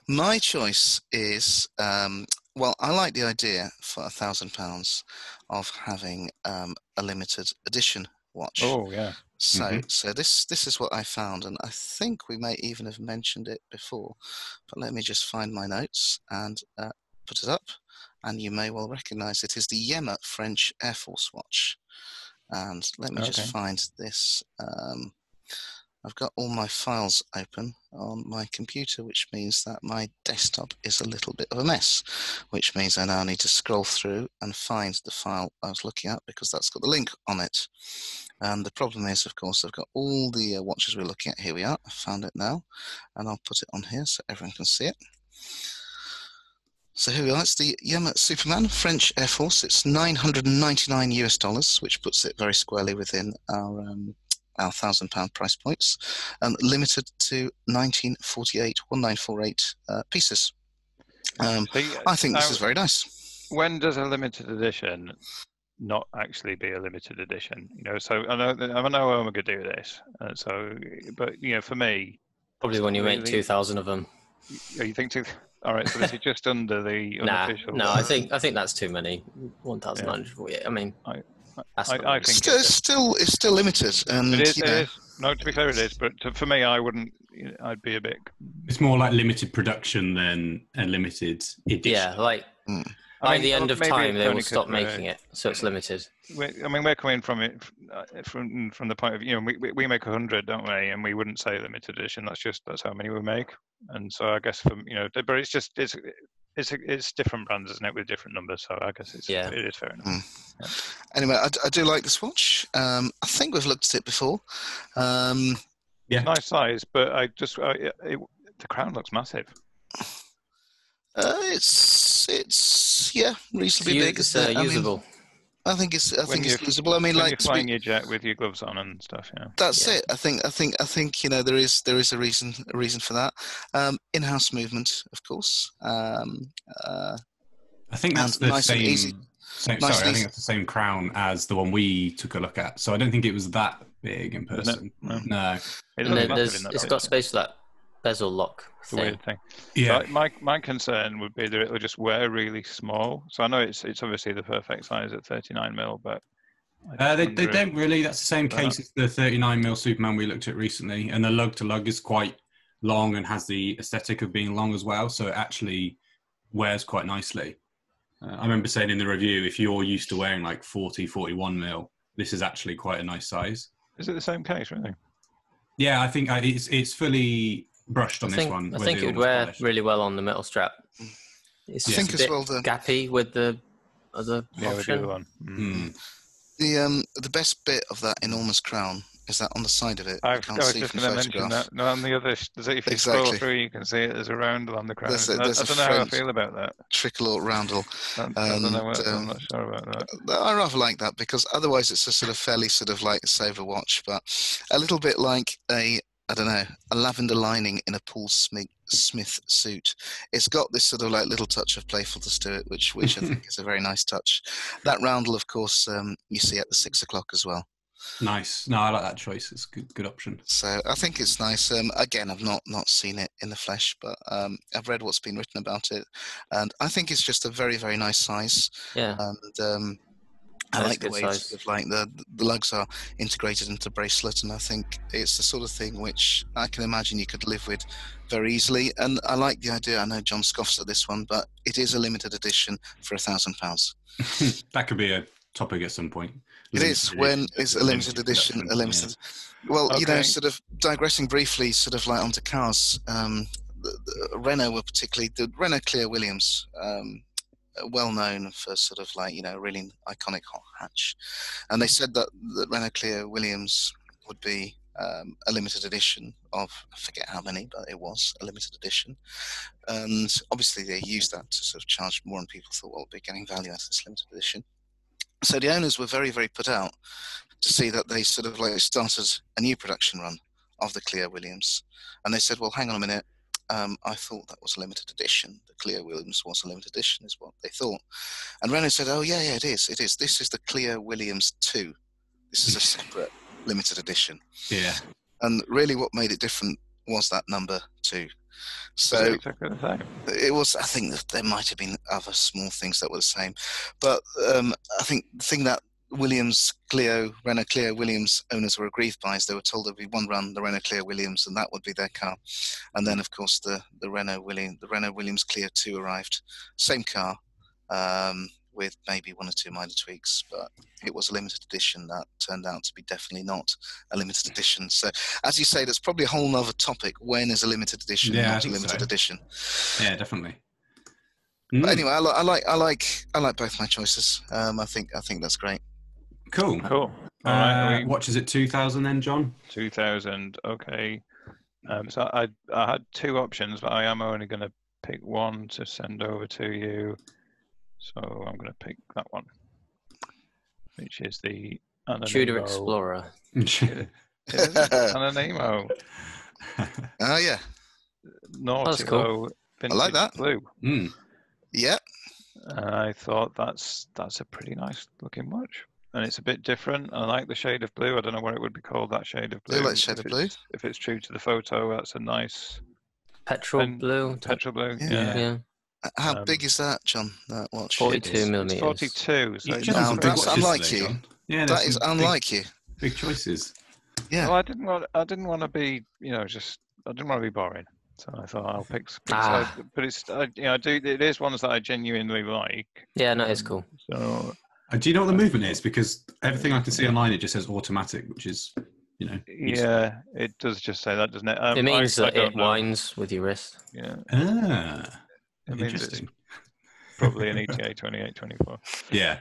Speaker 2: My choice is um, well, I like the idea for a thousand pounds of having um, a limited edition watch.
Speaker 3: Oh yeah.
Speaker 2: So,
Speaker 1: Mhm.
Speaker 2: so this this is what I found, and I think we may even have mentioned it before, but let me just find my notes. And uh, put it up, and you may well recognise it is the Yema French Air Force watch. And let me
Speaker 3: Okay.
Speaker 2: just find this. Um, I've got all my files open on my computer, which means that my desktop is a little bit of a mess, which means I now need to scroll through and find the file I was looking at because that's got the link on it. And the problem is, of course, I've got all the uh, watches we're looking at. Here we are. I found it now, and I'll put it on here so everyone can see it. So here we are. It's the Yama Superman French Air Force. It's 999 US dollars, which puts it very squarely within our um, our thousand pound price points, and limited to 1948 1948 uh, pieces. Um,
Speaker 3: See,
Speaker 2: I think this
Speaker 3: now,
Speaker 2: is very nice.
Speaker 3: When does a limited edition not actually be a limited edition? You know, so I know that, I know Omega do this, uh, so but you know, for me,
Speaker 4: Probably when you make
Speaker 3: Really?
Speaker 4: two thousand of them.
Speaker 3: you, you think to all right, so this is just under the
Speaker 4: Nah,
Speaker 3: unofficial.
Speaker 4: no,
Speaker 3: one.
Speaker 4: I think I think that's too many. One thousand nine hundred forty-eight. I mean,
Speaker 3: I-
Speaker 4: that's
Speaker 3: I-
Speaker 4: not
Speaker 3: I
Speaker 4: really-
Speaker 3: think-
Speaker 2: Still, it's still, it's still limited, and
Speaker 3: It is,
Speaker 2: you
Speaker 3: it
Speaker 2: know,
Speaker 3: is. No, to be fair, it is. But to, for me, I wouldn't. you know, I'd be a bit.
Speaker 1: It's more like limited production than a limited edition.
Speaker 4: yeah, like
Speaker 3: I uh,
Speaker 4: by the end of
Speaker 3: maybe
Speaker 4: time,
Speaker 3: it's
Speaker 4: they
Speaker 3: only
Speaker 4: will
Speaker 3: 'cause
Speaker 4: stop
Speaker 3: we're-
Speaker 4: making it, so it's limited.
Speaker 3: we- I mean, we're coming from it uh, from from the point of you know we we- we make hundred, don't we? And we wouldn't say limited edition. That's just that's how many we make. And so I guess from you know, but it's just it's it's it's different brands, isn't it, with different numbers? So I guess it's
Speaker 4: Yeah.
Speaker 3: it is fair enough.
Speaker 2: anyway, I, d- I do like this watch. Um, I think we've looked at it before. Um,
Speaker 3: Nice size, but I just I, it, it, the crown looks massive.
Speaker 2: uh, it's, it's yeah,
Speaker 4: It's,
Speaker 2: reasonably
Speaker 4: u-
Speaker 2: big.
Speaker 4: it's
Speaker 2: isn't
Speaker 4: uh,
Speaker 2: it? I mean,
Speaker 4: usable.
Speaker 2: I think it's I
Speaker 3: When
Speaker 2: think it's
Speaker 3: you're-
Speaker 2: usable. I mean,
Speaker 3: When
Speaker 2: like
Speaker 3: you're
Speaker 2: to be-
Speaker 3: flying your jet with your gloves on and stuff, yeah.
Speaker 2: that's
Speaker 4: Yeah.
Speaker 2: it. I think I think I think you know there is there is a reason a reason for that. Um, in-house movement, of course. Um, uh,
Speaker 1: I think that's
Speaker 2: And
Speaker 1: the
Speaker 2: nice and
Speaker 1: same.
Speaker 2: easy.
Speaker 1: same
Speaker 2: Nice
Speaker 1: sorry,
Speaker 2: and
Speaker 1: I
Speaker 2: easy.
Speaker 1: think that's the same crown as the one we took a look at. So I don't think it was that big in person.
Speaker 3: No.
Speaker 1: No.
Speaker 3: It
Speaker 4: And
Speaker 3: looks
Speaker 4: then
Speaker 3: massive in
Speaker 4: there's,
Speaker 3: that.
Speaker 4: it's
Speaker 3: picture.
Speaker 4: got space for that bezel lock
Speaker 3: It's a
Speaker 4: thing.
Speaker 3: weird thing.
Speaker 1: Yeah.
Speaker 3: So my my concern would be that it'll just wear really small. So I know it's it's obviously the perfect size at 39 mil, but I
Speaker 1: Uh, they,
Speaker 3: just
Speaker 1: they
Speaker 3: wonder if-
Speaker 1: don't really. That's the same
Speaker 3: Uh,
Speaker 1: case as the 39 mil Superman we looked at recently, and the lug to lug is quite long and has the aesthetic of being long as well. So it actually wears quite nicely. Uh, I remember saying in the review, if you're used to wearing like 40, 41 mil, this is actually quite a nice size.
Speaker 3: Is it the same case, really?
Speaker 1: Yeah, I think uh, it's it's fully brushed
Speaker 4: I
Speaker 1: on this
Speaker 4: think,
Speaker 1: one.
Speaker 4: I
Speaker 1: where
Speaker 4: think
Speaker 1: the other
Speaker 4: it would
Speaker 1: one's
Speaker 4: wear
Speaker 1: polished.
Speaker 4: really well on the metal strap. It's
Speaker 2: I
Speaker 4: just
Speaker 2: think
Speaker 4: a
Speaker 2: as
Speaker 4: bit
Speaker 2: well uh, the
Speaker 4: gappy with the other
Speaker 3: Yeah, with the other
Speaker 4: option.
Speaker 3: one. Mm.
Speaker 1: Hmm.
Speaker 2: the um, the best bit of that enormous crown is that on the side of it
Speaker 3: I,
Speaker 2: you
Speaker 3: I
Speaker 2: can't
Speaker 3: was
Speaker 2: see
Speaker 3: just
Speaker 2: from
Speaker 3: going to mention
Speaker 2: photograph.
Speaker 3: that. No, on the other, sh- so if you
Speaker 2: Exactly.
Speaker 3: scroll through, you can see it. There's a round on the crown.
Speaker 2: There's a-
Speaker 3: No, I,
Speaker 2: there's a
Speaker 3: don't know how I
Speaker 2: French-
Speaker 3: feel about that.
Speaker 2: Trickle or roundel.
Speaker 3: That- I don't know.
Speaker 2: And,
Speaker 3: what- I'm
Speaker 2: um,
Speaker 3: not sure about that.
Speaker 2: I rather like that because otherwise it's a sort of fairly sort of like sober watch, but a little bit like a I don't know a lavender lining in a Paul Smith, Smith suit. It's got this sort of like little touch of playfulness to it, which which I think is a very nice touch. That roundel, of course, um, you see at the six o'clock as well.
Speaker 1: Nice. No, I like that choice. It's a good good option.
Speaker 2: So I think it's nice. Um, again, I've not not seen it in the flesh, but um, I've read what's been written about it, and I think it's just a very very nice size.
Speaker 4: Yeah.
Speaker 2: and um, I
Speaker 4: That's
Speaker 2: like the
Speaker 4: good
Speaker 2: way
Speaker 4: size.
Speaker 2: sort of like the the lugs are integrated into the bracelet, and I think it's the sort of thing which I can imagine you could live with very easily. And I like the idea. I know John scoffs at this one, but it is a limited edition for a thousand pounds.
Speaker 1: that could be a topic at some point.
Speaker 2: It is when it's a limited edition, a limited. Well, you know,
Speaker 3: Okay.
Speaker 2: sort of digressing briefly, sort of like onto cars. Um, the, the Renault were particularly the Renault Clear Williams, um, are well known for sort of like you know really iconic hot hatch, and they said that the Renault Clear Williams would be. Um, a limited edition of I forget how many, but it was a limited edition, and obviously they used that to sort of charge more, and people thought, well, we're getting value out of this limited edition. So the owners were very, very put out to see that they sort of like started a new production run of the Cleo Williams. And they said, well, hang on a minute. Um, I thought that was a limited edition. The Cleo Williams was a limited edition, is what they thought. And Renault said, oh, yeah, yeah, it is. It is. This is the Cleo Williams 2. This is a separate limited edition.
Speaker 1: Yeah.
Speaker 2: And really, what made it different was that number 2.
Speaker 3: Is it
Speaker 2: So
Speaker 3: exactly the same?
Speaker 2: it was i think that there might have been other small things that were the same but um, i think the thing that Williams, Clio, Renault Clio Williams owners were aggrieved by is they were told there'd be one run, the Renault Clio Williams, and that would be their car. And then, of course, the, the Renault Williams, the Renault Williams Clio 2 arrived, same car, um, with maybe one or two minor tweaks, but it was a limited edition that turned out to be definitely not a limited edition. So, as you say, that's probably a whole nother topic. When is a limited edition
Speaker 1: Yeah, I
Speaker 2: not a
Speaker 1: think
Speaker 2: limited
Speaker 1: so.
Speaker 2: edition?
Speaker 1: Yeah, definitely.
Speaker 2: But
Speaker 3: Hmm.
Speaker 1: Mm,
Speaker 2: anyway, I, li- I like, I like, I like both my choices. Um, I think, I think that's great.
Speaker 1: cool.
Speaker 3: Cool.
Speaker 1: Uh,
Speaker 3: All right. we-
Speaker 1: watch is it 2000 then, John?
Speaker 3: 2000. Okay. Um, so I I had two options, but I am only going to pick one to send over to you. So I'm going to pick that one, which is the Anonimo.
Speaker 4: Tudor Explorer. Oh,
Speaker 3: Anonimo.
Speaker 1: mm.
Speaker 2: Oh yeah,
Speaker 3: Nautilo
Speaker 4: cool.
Speaker 3: Vintage
Speaker 2: that.
Speaker 3: Blue.
Speaker 1: Mm,
Speaker 2: yeah.
Speaker 3: And I thought that's that's a pretty nice looking watch. And it's a bit different. I like the shade of blue. I don't know what it would be called, that shade of
Speaker 2: Do
Speaker 3: blue.
Speaker 2: you like shade
Speaker 3: If
Speaker 2: of
Speaker 3: it-
Speaker 2: blue?
Speaker 3: If it's true to the photo, that's a nice
Speaker 4: Petrol
Speaker 3: And-
Speaker 4: blue.
Speaker 3: petrol blue.
Speaker 2: Yeah.
Speaker 3: yeah.
Speaker 4: Yeah.
Speaker 2: Uh, How
Speaker 3: Um,
Speaker 2: big is that, John? That
Speaker 1: It
Speaker 2: watch?
Speaker 1: is.
Speaker 4: Forty-two
Speaker 3: It's
Speaker 4: millimeters.
Speaker 3: 42. So
Speaker 1: You chose
Speaker 3: it's
Speaker 2: no,
Speaker 1: some
Speaker 3: not
Speaker 1: big
Speaker 2: that's
Speaker 1: watches
Speaker 3: very much.
Speaker 2: unlike
Speaker 1: today,
Speaker 2: you.
Speaker 1: John. Yeah,
Speaker 2: That is
Speaker 1: some big-
Speaker 2: unlike you.
Speaker 1: big, choices.
Speaker 2: Yeah.
Speaker 3: Well, I didn't want. I didn't want to be. You know, just I didn't want to be boring. So I thought I'll pick. s- pick
Speaker 4: Ah.
Speaker 3: side- But it's. I, you know, I do. It is ones that I genuinely like.
Speaker 4: Yeah, no, it's cool.
Speaker 3: So
Speaker 1: Uh, do you know what the movement is? Because everything I can see online it just says automatic, which is you know. useful.
Speaker 3: yeah, it does just say that, doesn't it? Um,
Speaker 4: it means
Speaker 3: I, I
Speaker 4: that
Speaker 3: don't
Speaker 4: it
Speaker 3: know.
Speaker 4: winds with your wrist.
Speaker 3: Yeah,
Speaker 1: Ah,
Speaker 3: it means it's
Speaker 1: interesting.
Speaker 3: probably an E ETA 2824.
Speaker 1: Yeah.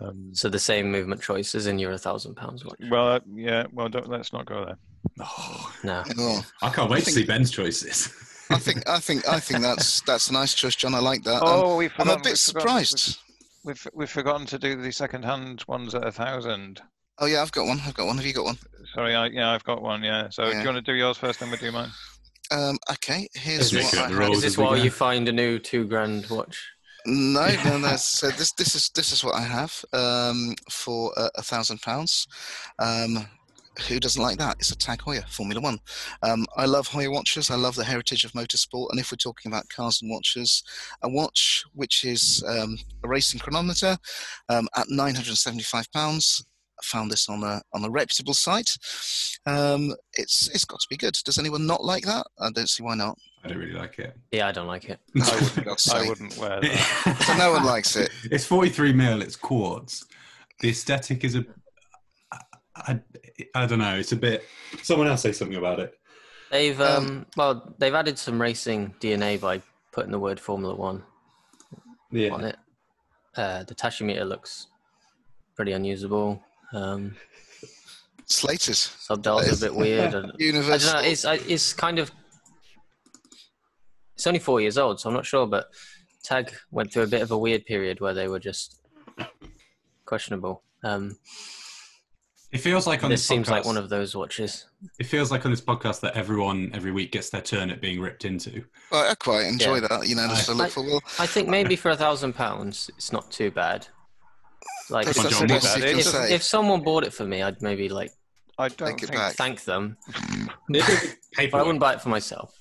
Speaker 3: Um,
Speaker 4: So the same movement choice as in your thousand pounds watch.
Speaker 3: well, uh, yeah. Well, don't, let's not go there.
Speaker 1: Oh,
Speaker 4: No.
Speaker 2: Oh,
Speaker 1: I can't wait to
Speaker 2: think-
Speaker 1: see Ben's choices.
Speaker 2: I think, I think, I think that's that's a nice choice, John. I like that. Um,
Speaker 3: Oh, we
Speaker 2: I'm
Speaker 3: forgot.
Speaker 2: a bit surprised.
Speaker 3: We've, we've forgotten to do the second-hand ones at a thousand.
Speaker 2: Oh yeah, I've got one. I've got one. Have you got one?
Speaker 3: Sorry, I, yeah, I've got one. Yeah. So do
Speaker 2: Yeah.
Speaker 3: you want to do yours first, then we do mine?
Speaker 2: Um, okay, here's
Speaker 1: Just
Speaker 2: what
Speaker 1: making
Speaker 2: I
Speaker 1: up the
Speaker 2: had.
Speaker 1: rules.
Speaker 4: Is this
Speaker 1: as we
Speaker 4: while
Speaker 1: go.
Speaker 4: you find a new two grand watch?
Speaker 2: No, no, no. So this, this is this is what I have um, for uh, a thousand pounds. Um, who doesn't like that? It's a Tag Heuer Formula One. Um, I love Heuer watches. I love the heritage of motorsport. And if we're talking about cars and watches, a watch which is um, a racing chronometer um, at nine hundred seventy-five pounds. I found this on a on a reputable site. Um, it's it's got to be good. Does anyone not like that? I don't see why not.
Speaker 1: I don't really like it.
Speaker 4: Yeah, I don't like it.
Speaker 2: I would, for God's
Speaker 3: I
Speaker 2: sake.
Speaker 3: wouldn't wear that.
Speaker 2: So no one likes it.
Speaker 1: It's 43 mil. It's quartz. The aesthetic is a. I, I, I don't know. It's a bit. Someone else say something about it.
Speaker 4: They've
Speaker 2: Um,
Speaker 4: um, well, they've added some racing DNA by putting the word Formula One
Speaker 1: Yeah.
Speaker 4: on it. Uh, the tachymeter looks pretty unusable. Um,
Speaker 2: Slated.
Speaker 4: subdials are a bit weird. and- I
Speaker 2: Universal.
Speaker 4: don't know. It's I- it's kind of it's only four years old, so I'm not sure. But Tag went through a bit of a weird period where they were just questionable. Um,
Speaker 1: It feels like on
Speaker 4: this
Speaker 1: this,
Speaker 4: seems like
Speaker 1: podcast-
Speaker 4: one of those watches.
Speaker 1: It feels like on this podcast that everyone every week gets their turn at being ripped into.
Speaker 2: Well, I quite enjoy
Speaker 4: Yeah.
Speaker 2: that. You know, just a look
Speaker 4: I-
Speaker 2: for well,
Speaker 4: I think maybe for a thousand pounds, it's not too bad. Like
Speaker 2: that's,
Speaker 1: on,
Speaker 2: that's
Speaker 1: John,
Speaker 2: the
Speaker 1: what
Speaker 2: best
Speaker 3: about
Speaker 2: you
Speaker 3: it?
Speaker 2: can
Speaker 4: if,
Speaker 2: say.
Speaker 4: if someone bought it for me, I'd maybe like
Speaker 3: I don't
Speaker 2: Take it
Speaker 3: think
Speaker 2: back.
Speaker 4: thank them, but I
Speaker 1: Paperwork.
Speaker 4: wouldn't buy it for myself.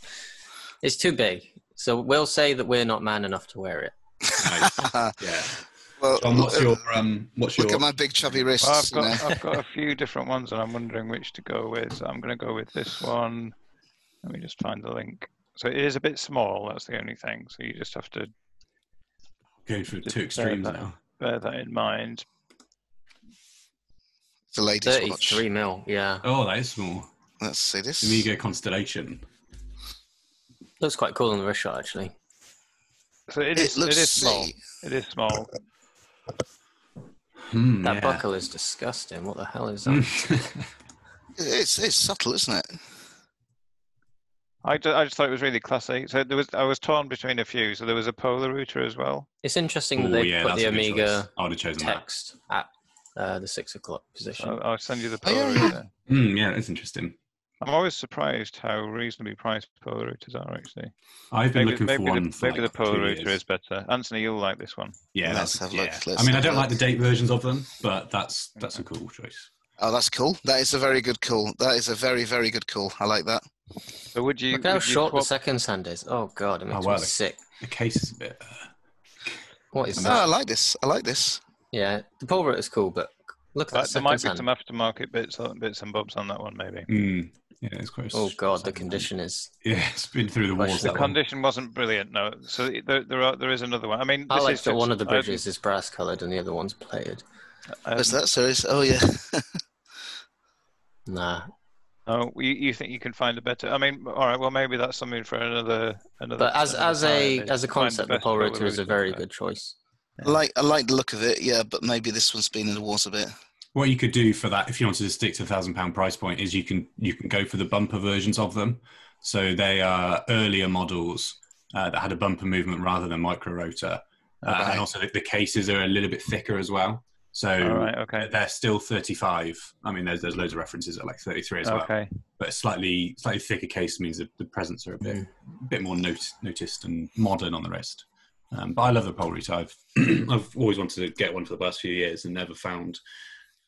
Speaker 4: It's too big, so we'll say that we're not man enough to wear it.
Speaker 1: Nice. Yeah.
Speaker 2: well,
Speaker 1: John, what's
Speaker 2: look-
Speaker 1: your um? What's your?
Speaker 2: look at my big chubby
Speaker 3: Well, I've
Speaker 2: wrists. you
Speaker 3: got
Speaker 2: know.
Speaker 3: I've got a few different ones, and I'm wondering which to go with. So I'm going to go with this one. Let me just find the link. So it is a bit small. That's the only thing. So you just have to
Speaker 1: going for
Speaker 3: just
Speaker 1: two extremes
Speaker 3: bear that-
Speaker 1: now.
Speaker 3: Bear that in mind.
Speaker 2: The ladies watch.
Speaker 4: Thirty-three mil, yeah,
Speaker 1: Oh, that is small.
Speaker 2: Let's see this.
Speaker 1: Amigo Constellation.
Speaker 4: looks quite cool on the wrist shot actually.
Speaker 3: So it
Speaker 2: It
Speaker 3: is.
Speaker 2: looks
Speaker 3: it is small.
Speaker 2: see,
Speaker 3: It is small.
Speaker 1: Hmm,
Speaker 4: That
Speaker 1: yeah.
Speaker 4: buckle is disgusting. What the hell is that?
Speaker 1: Mm.
Speaker 2: It's it's subtle, isn't it?
Speaker 3: I, ju- I just thought it was really classy. So there was. I was torn between a few. So there was a polar router as well.
Speaker 4: It's interesting that
Speaker 1: oh
Speaker 4: they
Speaker 1: yeah,
Speaker 4: put
Speaker 1: that's
Speaker 4: the
Speaker 1: a good choice.
Speaker 4: Amiga
Speaker 1: I would have chosen that.
Speaker 4: text at uh, the six o'clock position.
Speaker 3: I'll, I'll send you the
Speaker 2: Oh, yeah,
Speaker 3: polar
Speaker 2: yeah.
Speaker 3: router.
Speaker 1: Mm, yeah, that's interesting.
Speaker 3: I'm always surprised how reasonably priced polar routers are actually.
Speaker 1: I've been
Speaker 3: Maybe,
Speaker 1: looking
Speaker 3: maybe,
Speaker 1: for one
Speaker 3: the,
Speaker 1: for
Speaker 3: maybe
Speaker 1: like
Speaker 3: the polar
Speaker 1: two
Speaker 3: router
Speaker 1: years.
Speaker 3: is better. Anthony, you'll like this one.
Speaker 1: Yeah, that's,
Speaker 2: Let's have a look,
Speaker 1: yeah.
Speaker 2: let's
Speaker 1: I mean, I
Speaker 2: have a
Speaker 1: don't like the
Speaker 2: look.
Speaker 1: date versions of them, but that's that's a cool choice.
Speaker 2: Oh, that's cool. That is a very good call. That is a very very good call. I like that.
Speaker 3: So would you?
Speaker 4: Look how
Speaker 3: would you
Speaker 4: short the
Speaker 3: swap-
Speaker 4: second hand is. Oh god, it makes
Speaker 1: wow.
Speaker 4: me sick.
Speaker 1: The case is a bit. Uh,
Speaker 4: What is
Speaker 2: No, I
Speaker 4: that?
Speaker 2: Ah, like this. I like this.
Speaker 4: Yeah, the pole route is cool, but Look at
Speaker 3: But
Speaker 4: that.
Speaker 3: there might be
Speaker 4: secondhand.
Speaker 3: some aftermarket bits, bits and bobs on that one, maybe.
Speaker 1: Mm. Yeah, it's quite. a
Speaker 4: Oh
Speaker 1: s-
Speaker 4: god, the condition is.
Speaker 1: Yeah, it's been through the walls.
Speaker 4: Question.
Speaker 1: That
Speaker 3: The
Speaker 1: one.
Speaker 3: condition wasn't brilliant, no. So there, there are there is another one. I mean,
Speaker 4: I
Speaker 3: this
Speaker 4: like
Speaker 3: is
Speaker 4: that
Speaker 3: just-
Speaker 4: one of the
Speaker 3: I-
Speaker 4: bridges is brass coloured and the other one's plated.
Speaker 3: um,
Speaker 2: Is that serious? Oh yeah.
Speaker 4: Nah,
Speaker 3: no, you, you think you can find a better? I mean, all right. Well, maybe that's something for another another.
Speaker 4: but as
Speaker 3: another
Speaker 4: as a
Speaker 3: time, is
Speaker 4: as a
Speaker 3: to find
Speaker 4: concept, the
Speaker 3: best
Speaker 4: pole
Speaker 3: colour
Speaker 4: rotor is a
Speaker 3: route.
Speaker 4: very good choice.
Speaker 2: I like I like the look of it, yeah, but maybe this one's been in the water a bit.
Speaker 1: What you could do for that, if you wanted to stick to the thousand pound price point, is you can you can go for the bumper versions of them. So they are earlier models uh, that had a bumper movement rather than micro rotor, uh,
Speaker 2: Right.
Speaker 1: and also the, the cases are a little bit thicker as well. So
Speaker 3: All right. Okay.
Speaker 1: they're still thirty five. I mean, there's there's loads of references at like thirty three as well.
Speaker 3: Okay.
Speaker 1: but a slightly slightly thicker case means that the presents are a bit a bit more not- noticed and modern on the rest. Um, but I love the pole root. I've I've always wanted to get one for the last few years and never found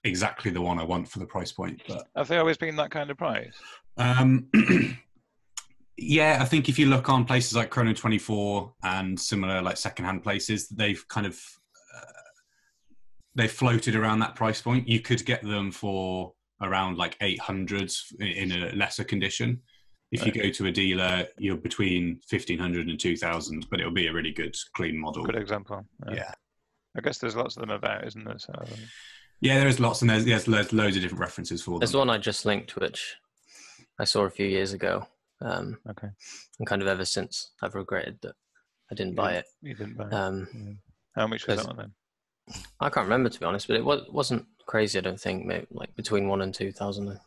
Speaker 1: exactly the one I want for the price point. But
Speaker 3: Have they always been that kind of price?
Speaker 1: um, yeah, I think if you look on places like Chrono Twenty Four and similar like secondhand places, they've kind of uh, they floated around that price point. You could get them for around like eight hundreds in a lesser condition. If you go to a dealer, you're between 1500 and 2000, but it'll be a really good, clean model.
Speaker 3: Good example.
Speaker 1: Yeah.
Speaker 3: I guess there's lots of them about, isn't there? So, um,
Speaker 1: Yeah, there is lots, and there's, there's, there's loads of different references for
Speaker 4: There's
Speaker 1: them.
Speaker 4: one I just linked, which um, I saw a few years ago. Um,
Speaker 3: Okay.
Speaker 4: And kind of ever since, I've regretted that I didn't buy it.
Speaker 3: you didn't buy. it.
Speaker 4: Um,
Speaker 3: Yeah. How much was
Speaker 4: there's-
Speaker 3: that one then?
Speaker 4: I can't remember to be honest, but it was, wasn't crazy. I don't think maybe like between one and two thousand.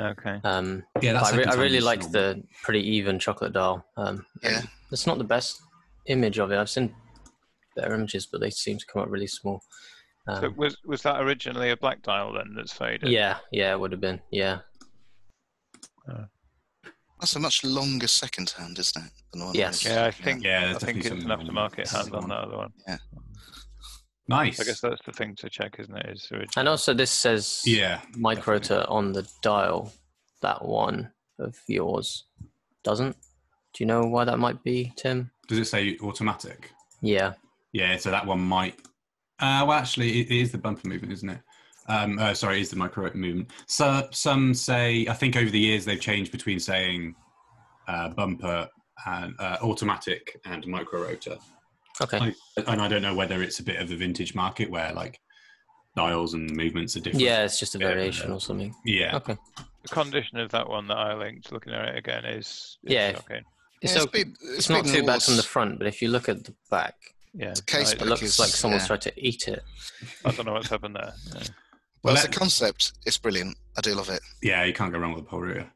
Speaker 3: Okay.
Speaker 4: Um,
Speaker 1: Yeah,
Speaker 4: but I, re- I
Speaker 1: secondhand
Speaker 4: really
Speaker 1: is
Speaker 4: like
Speaker 1: normal.
Speaker 4: the pretty even chocolate doll. Um,
Speaker 2: Yeah.
Speaker 4: It's not the best image of it. I've seen better images, but they seem to come up really small. Um,
Speaker 3: So was was that originally a black dial then that's faded?
Speaker 4: yeah, yeah, it would have been. Yeah,
Speaker 2: That's a much longer second hand, isn't it? Than the one
Speaker 4: Yes.
Speaker 2: was-
Speaker 3: Yeah, I think
Speaker 1: Yeah,
Speaker 3: I
Speaker 1: there's
Speaker 3: think
Speaker 1: definitely
Speaker 3: it's
Speaker 1: something
Speaker 3: an
Speaker 1: wrong with
Speaker 3: aftermarket
Speaker 1: that.
Speaker 3: hand on that other one.
Speaker 1: Nice.
Speaker 3: I guess that's the thing to check, isn't it? Is original.
Speaker 4: and also this says
Speaker 1: yeah.
Speaker 4: microtor on the dial. That one of yours doesn't. Do you know why that might be, Tim?
Speaker 1: Does it say automatic?
Speaker 4: Yeah,
Speaker 1: Yeah, so that one might. Uh, well, actually, it it is the bumper movement, isn't it? Um, uh, sorry, it is the micro movement. So some say, I think over the years they've changed between saying uh, bumper and uh, automatic and micro rotor.
Speaker 4: okay.
Speaker 1: I- And I don't know whether it's a bit of a vintage market where like dials and movements are different.
Speaker 4: Yeah, it's just a
Speaker 1: Yeah,
Speaker 4: variation or something.
Speaker 1: Yeah.
Speaker 4: Okay.
Speaker 3: the condition of that one that I linked, looking at it again, is, is
Speaker 4: Yeah.
Speaker 3: shocking.
Speaker 4: It's,
Speaker 2: Yeah,
Speaker 4: o-
Speaker 2: been-
Speaker 4: it's
Speaker 2: been
Speaker 4: not
Speaker 2: in
Speaker 4: too
Speaker 2: the
Speaker 4: bad from the
Speaker 2: water.
Speaker 4: front, but if you look at the back,
Speaker 3: Yeah,
Speaker 2: case
Speaker 3: I,
Speaker 4: it looks
Speaker 2: Because,
Speaker 4: like someone's
Speaker 2: yeah.
Speaker 4: tried to eat it.
Speaker 3: I don't know what's happened there. Yeah.
Speaker 2: Well,
Speaker 1: Well,
Speaker 2: as a
Speaker 1: that-
Speaker 2: concept, it's brilliant. I do love it.
Speaker 1: Yeah, you can't go wrong with a pole rotor.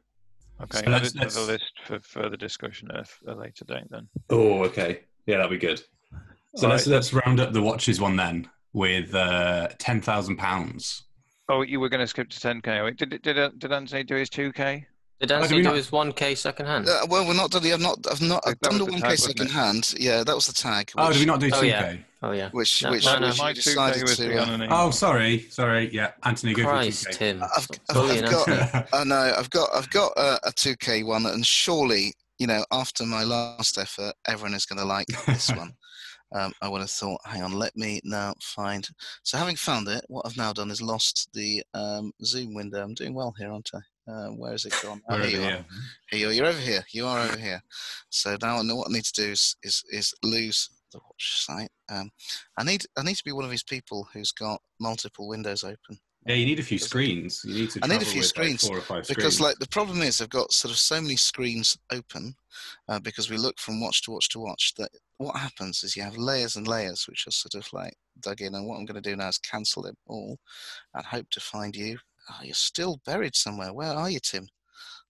Speaker 3: Okay,
Speaker 1: So
Speaker 3: add
Speaker 1: let's-
Speaker 3: it to the
Speaker 1: let's-
Speaker 3: list for further discussion at a later date. Then
Speaker 1: Oh, okay. Yeah, that'd be good. So
Speaker 3: All
Speaker 1: let's,
Speaker 3: right.
Speaker 1: let's round up the watches one then with uh, ten thousand pounds.
Speaker 3: Oh, you were going to skip to 10k. Did it- did it- did Anthony do his 2k?
Speaker 4: Did
Speaker 1: do
Speaker 4: Anthony
Speaker 1: we
Speaker 4: do
Speaker 1: not-
Speaker 4: his 1k second hand?
Speaker 2: Uh, well, we're not done. the- I've not. I've not. I've
Speaker 3: That
Speaker 2: done
Speaker 3: was
Speaker 2: the
Speaker 3: the
Speaker 2: one
Speaker 3: tag,
Speaker 2: case
Speaker 3: wasn't it?
Speaker 2: second hand. Yeah, that was the tag.
Speaker 1: Oh,
Speaker 2: which,
Speaker 1: did we not do two
Speaker 4: Oh,
Speaker 1: K?
Speaker 4: yeah. Oh yeah.
Speaker 2: Which,
Speaker 4: No,
Speaker 2: which,
Speaker 4: no, no.
Speaker 2: which
Speaker 3: My
Speaker 2: you
Speaker 3: 2k
Speaker 2: decided
Speaker 3: was
Speaker 2: to.
Speaker 3: the
Speaker 2: Uh,
Speaker 3: one. and
Speaker 1: Oh,
Speaker 3: only.
Speaker 1: sorry, sorry. Yeah, Anthony, go
Speaker 4: Christ,
Speaker 1: for
Speaker 4: Tim.
Speaker 2: I've,
Speaker 4: Stop
Speaker 2: I've,
Speaker 4: bullying
Speaker 2: I've got.
Speaker 4: Anthony.
Speaker 1: the
Speaker 2: I know. I've got. I've got a, a 2K one, and surely, you know, after my last effort, everyone is going to like this one. Um, I would have thought. Hang on. Let me now find. So, having found it, what I've now done is lost the um, Zoom window. I'm doing well here, aren't I? Uh, where is it gone? Oh,
Speaker 1: Where are
Speaker 2: here you
Speaker 1: they?
Speaker 2: are.
Speaker 1: Yeah.
Speaker 2: Here You're, you're over here. You are over here. So now I know what I need to do is is, is lose the watch site. Um, I need I need to be one of these people who's got multiple windows open
Speaker 1: Yeah, you need a few screens. You need to.
Speaker 2: I need a
Speaker 1: travel
Speaker 2: few
Speaker 1: with, like,
Speaker 2: screens,
Speaker 1: four or five
Speaker 2: because
Speaker 1: screens.
Speaker 2: like the problem is I've got sort of so many screens open uh, because we look from watch to watch to watch that what happens is you have layers and layers which are sort of like dug in and what I'm going to do now is cancel them all and hope to find you. Oh, you're still buried somewhere. Where are you, Tim?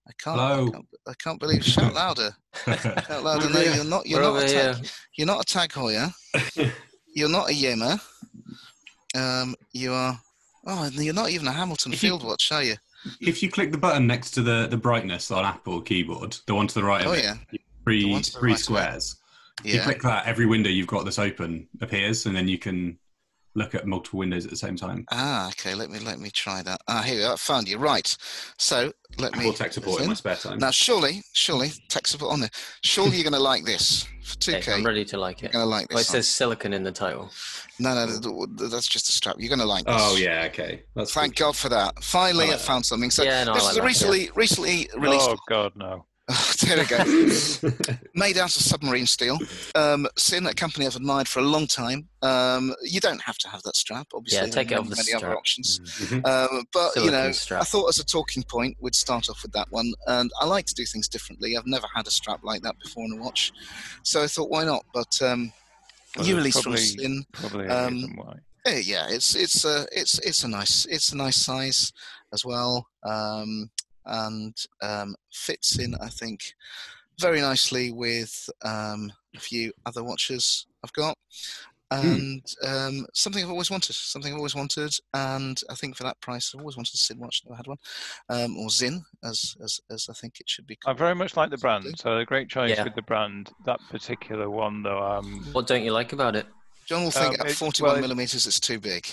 Speaker 2: I can't. I
Speaker 1: Hello.
Speaker 2: can't, I can't believe. Shout louder. Shout louder.
Speaker 1: We're
Speaker 2: No,
Speaker 1: here.
Speaker 2: you're not. You're
Speaker 4: We're
Speaker 2: not
Speaker 4: over
Speaker 2: a
Speaker 4: here.
Speaker 2: tag. You're not a tag hoyer. you're not a yimmer. Um, you are. Oh, and you're not even a Hamilton
Speaker 1: If you-
Speaker 2: field watch, are you?
Speaker 1: if you click the button next to the the brightness on Apple keyboard, the one to the right of
Speaker 2: Oh
Speaker 1: it,
Speaker 2: yeah, the
Speaker 1: three
Speaker 2: one to the
Speaker 1: three
Speaker 2: right of it.
Speaker 1: squares. You
Speaker 2: yeah.
Speaker 1: click that, every window you've got this open appears, and then you can look at multiple windows at the same time.
Speaker 2: Ah, okay. Let me let me try that. Ah, here we are. I found you. Right. So let me.
Speaker 1: Or tech support in my spare time.
Speaker 2: Now, surely, surely, tech support on there. Surely you're going to like this for two
Speaker 4: Okay,
Speaker 2: K.
Speaker 4: I'm
Speaker 2: You're
Speaker 4: ready to like it.
Speaker 2: going to like
Speaker 4: Well, it
Speaker 2: this. one.
Speaker 4: says silicon in the title.
Speaker 2: No, no, th- th- that's just a strap. You're going to like this.
Speaker 1: Oh yeah, okay. That's
Speaker 2: Thank God for that. Finally,
Speaker 1: I
Speaker 2: I,
Speaker 1: like that.
Speaker 2: found something. So
Speaker 4: Yeah, no, I
Speaker 2: this
Speaker 4: like
Speaker 2: is
Speaker 4: that,
Speaker 2: a recently recently released.
Speaker 3: Oh God, no.
Speaker 1: Oh.
Speaker 2: there we go.
Speaker 1: good.
Speaker 2: made out of submarine steel. Um, Sin, a company I've admired for a long time. Um, you don't have to have that strap, obviously.
Speaker 4: Yeah, take
Speaker 2: There are
Speaker 4: it off the
Speaker 2: many other
Speaker 4: strap. Mm.
Speaker 2: options.
Speaker 1: Mhm.
Speaker 2: Um, but you
Speaker 4: Silicon
Speaker 2: know,
Speaker 4: strap.
Speaker 2: I thought as a talking point, we'd start off with that one. And I like to do things differently. I've never had a strap like that before in a watch, so I thought, why not? But um,
Speaker 3: Well,
Speaker 2: you
Speaker 3: there's
Speaker 2: released from
Speaker 3: probably-
Speaker 2: Sin.
Speaker 3: Probably a
Speaker 2: Um,
Speaker 3: reason why.
Speaker 2: Eh, yeah, it's it's a it's it's a nice it's a nice size as well, um, and um, fits in I think very nicely with um, a few other watches I've got,
Speaker 3: Hmm.
Speaker 2: and um, something I've always wanted, something I've always wanted, and I think for that price I've always wanted a Sin watch, never had one, um, or Zin as as as I think it should be.
Speaker 3: I
Speaker 2: called.
Speaker 3: very much like the
Speaker 2: Something.
Speaker 3: brand, so a great choice
Speaker 4: Yeah.
Speaker 3: with the brand. That particular one, though, um,
Speaker 4: What don't you like about it?
Speaker 2: John will think
Speaker 3: um,
Speaker 2: at
Speaker 3: it- well,
Speaker 2: 41
Speaker 3: it-
Speaker 2: millimeters it's too big.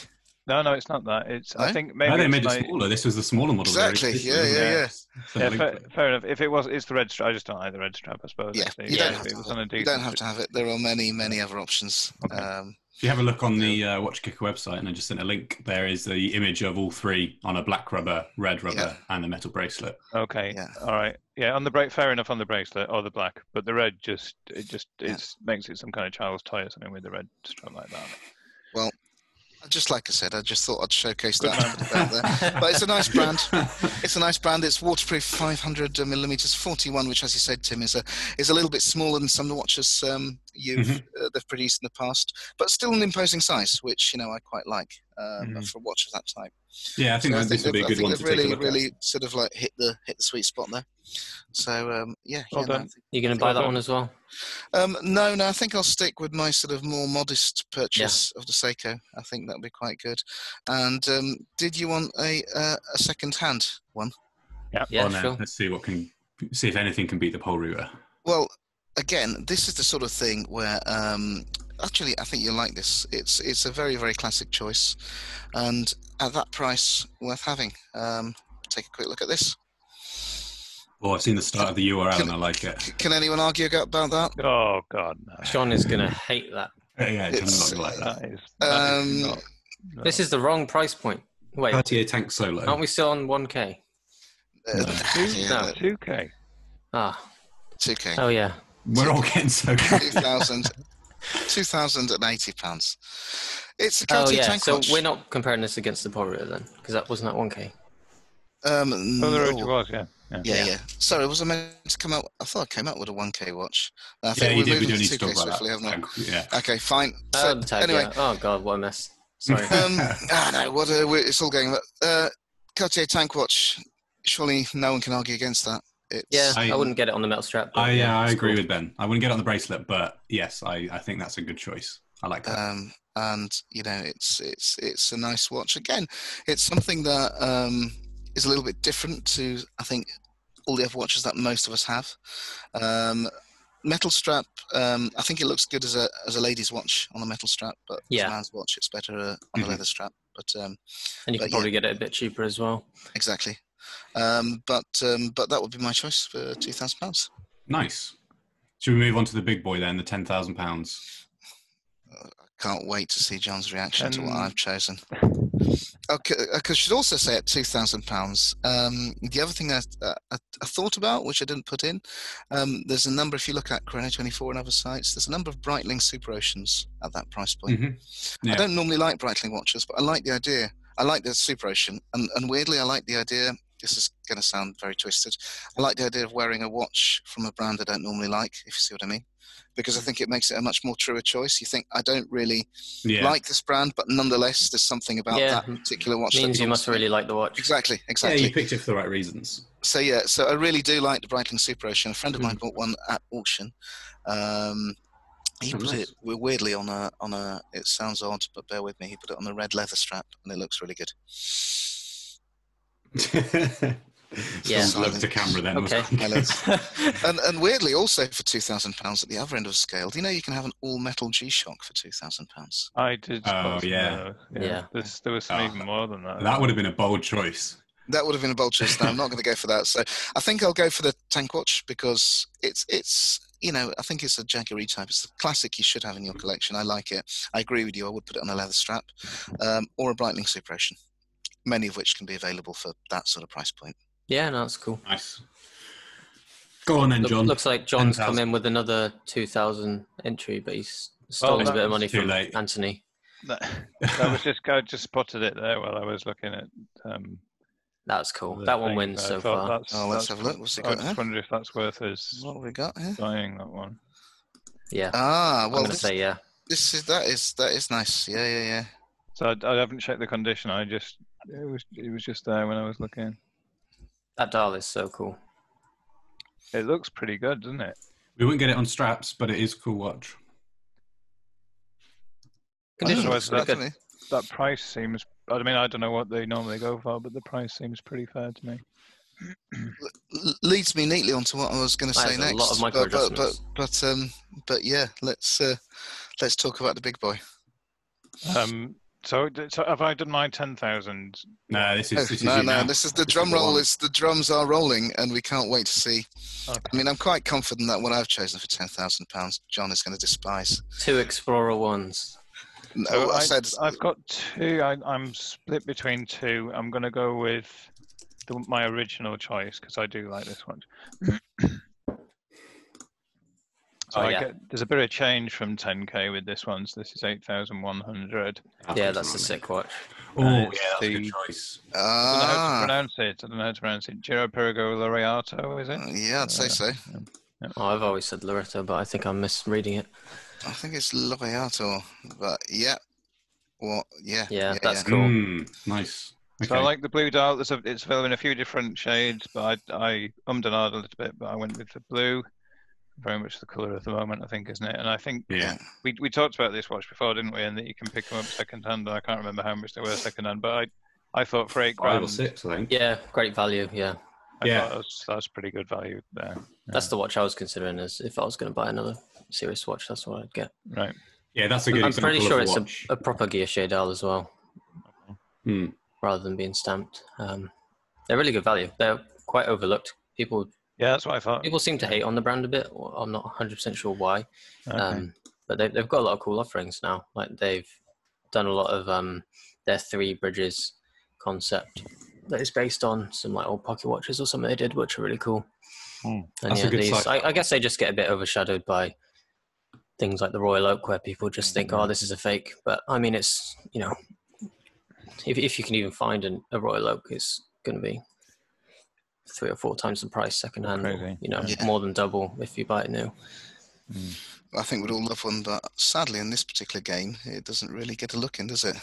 Speaker 3: no, no, it's not that. It's I
Speaker 2: No?
Speaker 3: think maybe
Speaker 1: No, they
Speaker 3: it's
Speaker 1: made
Speaker 3: like-
Speaker 1: it smaller. This was the smaller model. they
Speaker 2: Exactly,
Speaker 1: released,
Speaker 2: yeah,
Speaker 1: wasn't
Speaker 2: yeah,
Speaker 1: it?
Speaker 2: yeah.
Speaker 1: So
Speaker 3: Yeah,
Speaker 1: the
Speaker 3: fair,
Speaker 1: uh, link-
Speaker 3: fair enough. If it was, it's the red strap. I just don't like the red strap. I suppose.
Speaker 2: Yeah,
Speaker 3: actually.
Speaker 2: you
Speaker 4: don't
Speaker 3: If
Speaker 2: have
Speaker 3: it
Speaker 2: to
Speaker 3: was
Speaker 2: have
Speaker 3: on a
Speaker 2: You
Speaker 3: decent-
Speaker 2: don't have to have it. There are many many other options.
Speaker 3: Okay.
Speaker 2: Um,
Speaker 1: If you have a look on the uh, Watch Kicker website, and I just sent a link, there is the image of all three on a black rubber, red rubber,
Speaker 2: Yeah.
Speaker 1: and a metal bracelet.
Speaker 3: Okay.
Speaker 2: Yeah.
Speaker 3: All right. Yeah. On the break, fair enough. On the bracelet or the black, but the red just it just
Speaker 2: Yeah.
Speaker 3: it's makes it some kind of child's toy or something with the red strap like that.
Speaker 2: just like I said, I just thought I'd showcase
Speaker 3: Good
Speaker 2: that
Speaker 3: man.
Speaker 2: a bit out there. But it's a nice brand. It's a nice brand. It's waterproof, 500 millimeters, 41, which, as you said, Tim, is a is a little bit smaller than some of the watches um, you've
Speaker 1: Mm-hmm.
Speaker 2: uh, they've produced in the past, but still an imposing size, which you know I quite like um,
Speaker 3: Mhm.
Speaker 2: for a watch of that type.
Speaker 1: yeah, Mm-hmm. I think
Speaker 2: So
Speaker 1: that this would be
Speaker 2: they've-
Speaker 1: a
Speaker 2: I
Speaker 1: good
Speaker 2: think
Speaker 1: one to
Speaker 2: they've really,
Speaker 1: take a look
Speaker 2: really sort of like hit the hit the sweet spot there. So um, yeah,
Speaker 3: Well
Speaker 2: yeah, no, I
Speaker 3: done.
Speaker 2: think-
Speaker 4: You gonna buy
Speaker 3: Well
Speaker 4: that
Speaker 3: done.
Speaker 4: one as well?
Speaker 2: um, no, no, I think I'll stick with my sort of more modest purchase of the Seiko. I think that'll be quite good. And um, did you want a uh, a second hand one?
Speaker 4: Yeah,
Speaker 1: on. uh,
Speaker 4: sure.
Speaker 1: Let's see what can see if anything can beat the pole router.
Speaker 2: Well, again, this is the sort of thing where um, actually I think you'll like this. It's it's a very very classic choice, and at that price, worth having. Um, take a quick look at this.
Speaker 1: Oh, I've seen the start of the URL and I like it.
Speaker 2: C- can anyone argue about that?
Speaker 3: Oh God, no.
Speaker 4: Sean is gonna hate that.
Speaker 1: Yeah, yeah,
Speaker 2: It's-
Speaker 1: John's not gonna like that.
Speaker 3: That is. that is
Speaker 2: Um,
Speaker 3: not- no.
Speaker 4: This is the wrong price point. Wait,
Speaker 1: RTA tank solo.
Speaker 4: aren't we still on 1K?
Speaker 2: Uh,
Speaker 1: No.
Speaker 2: yeah,
Speaker 4: No.
Speaker 3: two K.
Speaker 4: Ah,
Speaker 2: It's okay.
Speaker 4: oh yeah.
Speaker 1: We're all getting so good.
Speaker 2: 2000 2080 pounds it's a
Speaker 4: Oh
Speaker 2: Cartier
Speaker 4: yeah.
Speaker 2: tank
Speaker 4: So
Speaker 2: watch.
Speaker 4: we're not comparing this against the Polar then, because that wasn't that 1K.
Speaker 2: um
Speaker 3: Oh, the road
Speaker 2: no.
Speaker 3: you was, yeah.
Speaker 2: yeah yeah sorry was i meant to come out i thought i came out with a 1k watch i
Speaker 1: yeah,
Speaker 2: think
Speaker 1: you
Speaker 2: we're
Speaker 1: did. We
Speaker 2: moving
Speaker 1: don't
Speaker 2: to
Speaker 1: need to
Speaker 2: 2k
Speaker 1: talk about
Speaker 2: swiftly haven't
Speaker 1: that. Yeah.
Speaker 2: we okay fine
Speaker 4: Oh,
Speaker 2: so
Speaker 4: the tag,
Speaker 2: anyway
Speaker 4: yeah. Oh god, what a mess. Sorry.
Speaker 2: um ah, no what uh, we- it's all going but uh cartier tank watch surely no one can argue against that it's
Speaker 4: yeah, I,
Speaker 1: I-
Speaker 4: wouldn't get it on the metal strap. but
Speaker 1: I yeah, I
Speaker 4: it's
Speaker 1: agree
Speaker 4: cool.
Speaker 1: with Ben. I wouldn't get it on the bracelet, but yes, I, I think that's a good choice. I like
Speaker 4: Uh,
Speaker 1: that.
Speaker 2: um, and you know it's it's it's a nice watch again it's something that um, is a little bit different to i think all the other watches that most of us have um, metal strap um, i think it looks good as a as a lady's watch on a metal strap but as
Speaker 4: Yeah.
Speaker 2: a man's watch it's better uh, on
Speaker 1: Mhm.
Speaker 2: a leather strap but um,
Speaker 4: And you
Speaker 2: but
Speaker 4: can probably get it a bit cheaper as well.
Speaker 2: exactly um, but um, but that would be my choice for two thousand pounds
Speaker 1: Nice. Should we move on to the big boy then? The ten thousand pounds.
Speaker 2: can't wait to see John's reaction to what
Speaker 3: Um,
Speaker 2: I've chosen. Okay, I should also say at two thousand pounds. Um, the other thing that uh, I, I thought about, which I didn't put in, um, there's a number. If you look at Chrono Twenty Four and other sites, there's a number of Breitling Super Oceans at that price point.
Speaker 4: Mm-hmm.
Speaker 1: Mhm. Yeah.
Speaker 2: I don't normally like Breitling watches, but I like the idea. I like the Super Ocean, and, and weirdly, I like the idea. This is going to sound very twisted. I like the idea of wearing a watch from a brand I don't normally like, if you see what I mean, because I think it makes it a much more truer choice. You think I don't really
Speaker 1: Yeah.
Speaker 2: like this brand, but nonetheless, there's something about
Speaker 4: Yeah,
Speaker 2: that particular watch. that
Speaker 4: Means you
Speaker 2: talks
Speaker 4: must
Speaker 2: to me.
Speaker 4: really like the watch.
Speaker 2: Exactly, exactly.
Speaker 1: Yeah, you picked it for the right reasons.
Speaker 2: So yeah, so I really do like the Breitling Super Ocean. A friend of
Speaker 4: Hmm.
Speaker 2: mine bought one at auction. Um, he
Speaker 1: Oh,
Speaker 2: put
Speaker 1: nice.
Speaker 2: it weirdly on a on a. It sounds odd, but bear with me. He put it on a red leather strap, and it looks really good.
Speaker 1: yeah,
Speaker 4: Yeah.
Speaker 1: Someone's left the camera then.
Speaker 4: Okay.
Speaker 1: wasn't it?
Speaker 2: And, and weirdly, also for two thousand pounds at the other end of the scale, do you know you can have an all-metal G-Shock for two thousand pounds?
Speaker 3: I did.
Speaker 1: Oh,
Speaker 3: both of
Speaker 1: yeah.
Speaker 3: those,
Speaker 4: Yeah.
Speaker 3: There's, there was some
Speaker 1: Oh,
Speaker 3: even more than that.
Speaker 1: that would have been a bold choice.
Speaker 2: That would have been a bold choice. Now I'm not going to go for that. So I think I'll go for the Tank Watch because it's it's you know I think it's a Jaguar type. It's the classic you should have in your collection. I like it. I agree with you. I would put it on a leather strap um, or a Breitling Super Ocean, many of which can be available for that sort of price point.
Speaker 4: yeah, no, that's cool.
Speaker 1: Nice. Go on then,
Speaker 4: Look-
Speaker 1: John.
Speaker 4: looks like John's
Speaker 1: 10,000.
Speaker 4: come in with another 2,000 entry, but he's stolen
Speaker 3: that
Speaker 4: a bit of
Speaker 3: was
Speaker 4: money
Speaker 1: Oh, too
Speaker 4: from
Speaker 1: late.
Speaker 4: Anthony.
Speaker 3: That, that was just I just spotted it there while I was looking at. Um,
Speaker 4: That's cool.
Speaker 3: the
Speaker 4: That one
Speaker 3: thing,
Speaker 4: wins
Speaker 3: I
Speaker 4: so
Speaker 3: thought
Speaker 4: far.
Speaker 3: that's-
Speaker 2: Oh, let's
Speaker 3: that's-
Speaker 2: have a look. What's it
Speaker 3: I
Speaker 2: got
Speaker 3: just
Speaker 2: there?
Speaker 3: wonder if that's worth us
Speaker 2: What have we got here?
Speaker 3: buying that one.
Speaker 4: Yeah,
Speaker 2: Ah,
Speaker 4: I'm
Speaker 2: well,
Speaker 4: gonna
Speaker 2: this,
Speaker 4: say yeah.
Speaker 2: this is that is that is nice. Yeah, yeah, yeah.
Speaker 3: So I, I haven't checked the condition. I just it was it was just there when I was looking.
Speaker 4: That dial is so cool.
Speaker 3: It looks pretty good, doesn't it?
Speaker 1: we wouldn't get it on straps, but it is a cool watch.
Speaker 4: Condition
Speaker 2: Oh,
Speaker 3: was
Speaker 4: looks
Speaker 2: it's
Speaker 4: pretty
Speaker 3: that-
Speaker 4: good.
Speaker 2: lovely.
Speaker 3: That price seems. I mean, I don't know what they normally go for, but the price seems pretty fair to me.
Speaker 2: L- leads me neatly onto what I was going to
Speaker 4: That
Speaker 2: say
Speaker 4: is a
Speaker 2: next.
Speaker 4: lot of
Speaker 2: but-
Speaker 4: micro
Speaker 2: but, but
Speaker 4: adjustments.
Speaker 2: but um but yeah, let's uh, let's talk about the big boy.
Speaker 3: Um, so, d- so have I done my ten thousand?
Speaker 1: No, this is this is
Speaker 2: Oh, no,
Speaker 1: you
Speaker 2: no,
Speaker 1: now.
Speaker 2: this is the
Speaker 1: This is
Speaker 2: drum
Speaker 1: the
Speaker 2: roll.
Speaker 1: one.
Speaker 2: Is the drums are rolling, and we can't wait to see. I mean, I'm quite confident that what I've chosen for ten thousand pounds, John is going to despise.
Speaker 4: Two Explorer ones.
Speaker 2: No,
Speaker 1: Oh,
Speaker 3: So
Speaker 2: I,
Speaker 3: I,
Speaker 2: said
Speaker 3: have got two. I, I'm split between two. I'm going to go with the, my original choice because I do like this one. so
Speaker 4: Oh,
Speaker 3: I
Speaker 4: yeah.
Speaker 3: get, there's a bit of change from 10k with this one. So this is 8,100.
Speaker 1: I've
Speaker 4: Yeah,
Speaker 1: got
Speaker 4: that's a
Speaker 1: one.
Speaker 4: sick watch.
Speaker 1: Oh,
Speaker 3: Uh,
Speaker 1: yeah,
Speaker 3: it's
Speaker 1: that's a good
Speaker 3: the-
Speaker 1: choice.
Speaker 3: I don't know how to
Speaker 2: ah,
Speaker 3: pronounce it. I don't know how to pronounce it. Giro Perigo Laureato, is it?
Speaker 2: yeah, I'd say so.
Speaker 4: Oh, I've always said Loretta, but I think I'm misreading it.
Speaker 2: I think it's Laureato, but yeah, well, yeah,
Speaker 4: Yeah, that's cool.
Speaker 1: Mm, nice.
Speaker 3: So I like the blue dial. There's a, it's available in a few different shades, but I, I ummed and ahed a little bit, but I went with the blue. Very much the colour of the moment, I think, isn't it? And I think
Speaker 1: yeah.
Speaker 3: we, we talked about this watch before, didn't we? And that you can pick them up second hand. I can't remember how much they were second hand, but I, I thought for eight grand,
Speaker 1: Five or six, I think.
Speaker 4: Yeah, great value. Yeah.
Speaker 3: I
Speaker 1: Yeah.
Speaker 3: thought that's that's pretty good value there.
Speaker 4: That's the watch I was considering as if I was going to buy another serious watch, that's what I'd get.
Speaker 3: Right.
Speaker 1: Yeah, that's a good
Speaker 4: I'm
Speaker 1: example
Speaker 4: pretty
Speaker 1: of
Speaker 4: sure
Speaker 1: a
Speaker 4: it's
Speaker 1: watch.
Speaker 4: a, a proper gear shade dial as well,
Speaker 1: Mm.
Speaker 4: rather than being stamped. Um, they're really good value. They're quite overlooked. People
Speaker 3: Yeah, that's what I thought.
Speaker 4: people seem to hate on the brand a bit. or I'm not 100% sure why.
Speaker 3: Okay.
Speaker 4: Um, but they've, they've got a lot of cool offerings now. Like they've done a lot of um, their three bridges concept that is based on some like old pocket watches or something they did, which are really cool.
Speaker 3: Hmm.
Speaker 4: And
Speaker 1: That's a
Speaker 4: yeah,
Speaker 1: good
Speaker 4: these
Speaker 1: side.
Speaker 4: I, I guess they just get a bit overshadowed by things like the Royal Oak, where people just think, "Oh, this is a fake." But I mean, it's you know, if if you can even find an, a Royal Oak, it's going to be three or four times the price secondhand. or,
Speaker 3: Crazy.
Speaker 4: You know,
Speaker 2: Yeah.
Speaker 4: more than double if you buy it new.
Speaker 2: I think we'd all love one, but sadly, in this particular game, it doesn't really get a look in, does it?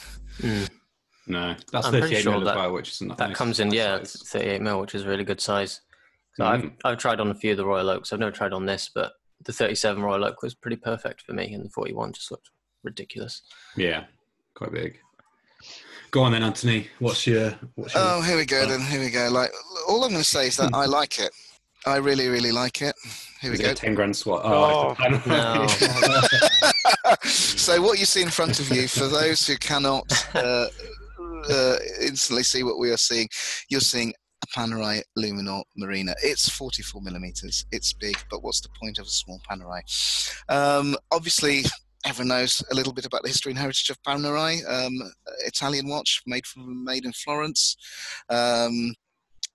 Speaker 1: No, that's
Speaker 4: I'm pretty
Speaker 1: 38
Speaker 4: sure
Speaker 1: mil
Speaker 4: that-
Speaker 1: as well, which is not
Speaker 4: That
Speaker 1: nice.
Speaker 4: comes in,
Speaker 1: Nice
Speaker 4: yeah,
Speaker 1: size.
Speaker 4: 38 mil, which is a really good size. So I've
Speaker 1: Mm.
Speaker 4: I've tried on a few of the Royal Oaks. I've never tried on this, but the 37 Royal Oak was pretty perfect for me, and the 41 just looked ridiculous.
Speaker 1: Yeah, quite big. Go on then, Anthony. What's your what's your
Speaker 2: Oh, here we go then. Here we go. Like all I'm going to say is that I like it. I really, really like it. Here we
Speaker 1: is it
Speaker 2: go.
Speaker 1: a ten grand swap?
Speaker 3: Oh,
Speaker 1: it's a-
Speaker 4: no.
Speaker 2: so what you see in front of you, for those who cannot uh, uh, instantly see what we are seeing, you're seeing a Panerai Luminor Marina. It's 44 millimeters. It's big, but what's the point of a small Panerai? Um, obviously. Everyone knows a little bit about the history and heritage of Panerai, um, Italian watch made from, made in Florence. Um,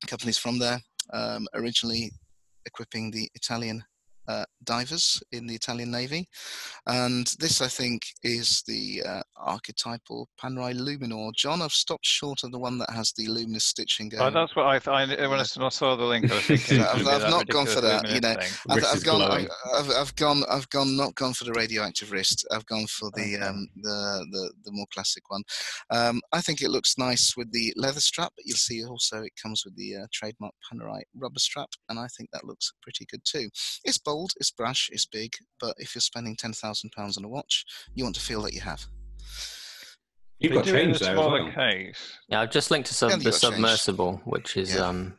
Speaker 2: companies from there um, originally equipping the Italian uh, divers in the Italian Navy. And this, I think, is the uh, archetypal Panerai Luminor. John, I've stopped short of the one that has the luminous stitching going.
Speaker 3: Oh, that's what I thought. I, when I saw the link, I was thinking.
Speaker 1: I've-
Speaker 3: it's gonna be
Speaker 2: I've
Speaker 3: that
Speaker 2: not gone for
Speaker 3: ridiculous
Speaker 2: that, you
Speaker 3: luminous
Speaker 2: know.
Speaker 3: thing.
Speaker 2: I've,
Speaker 1: Wrist
Speaker 2: I've
Speaker 1: is
Speaker 2: gone. I've,
Speaker 1: glowing.
Speaker 2: I've, I've gone. I've gone. Not gone for the radioactive wrist. I've gone for the
Speaker 3: Okay.
Speaker 2: um, the, the the more classic one. Um, I think it looks nice with the leather strap. But you'll see also it comes with the uh, trademark Panerai rubber strap, and I think that looks pretty good too. It's bold. It's brash. It's big. But if you're spending ten thousand pounds on a watch, you want to feel that you have.
Speaker 1: You've
Speaker 3: They
Speaker 1: got
Speaker 3: do it in
Speaker 1: change
Speaker 3: a
Speaker 1: there as
Speaker 3: smaller
Speaker 1: well.
Speaker 3: case.
Speaker 4: Yeah, I've just linked to sub,
Speaker 2: Yeah, you
Speaker 4: the
Speaker 2: got changed.
Speaker 4: submersible, which is
Speaker 2: Yeah.
Speaker 4: um,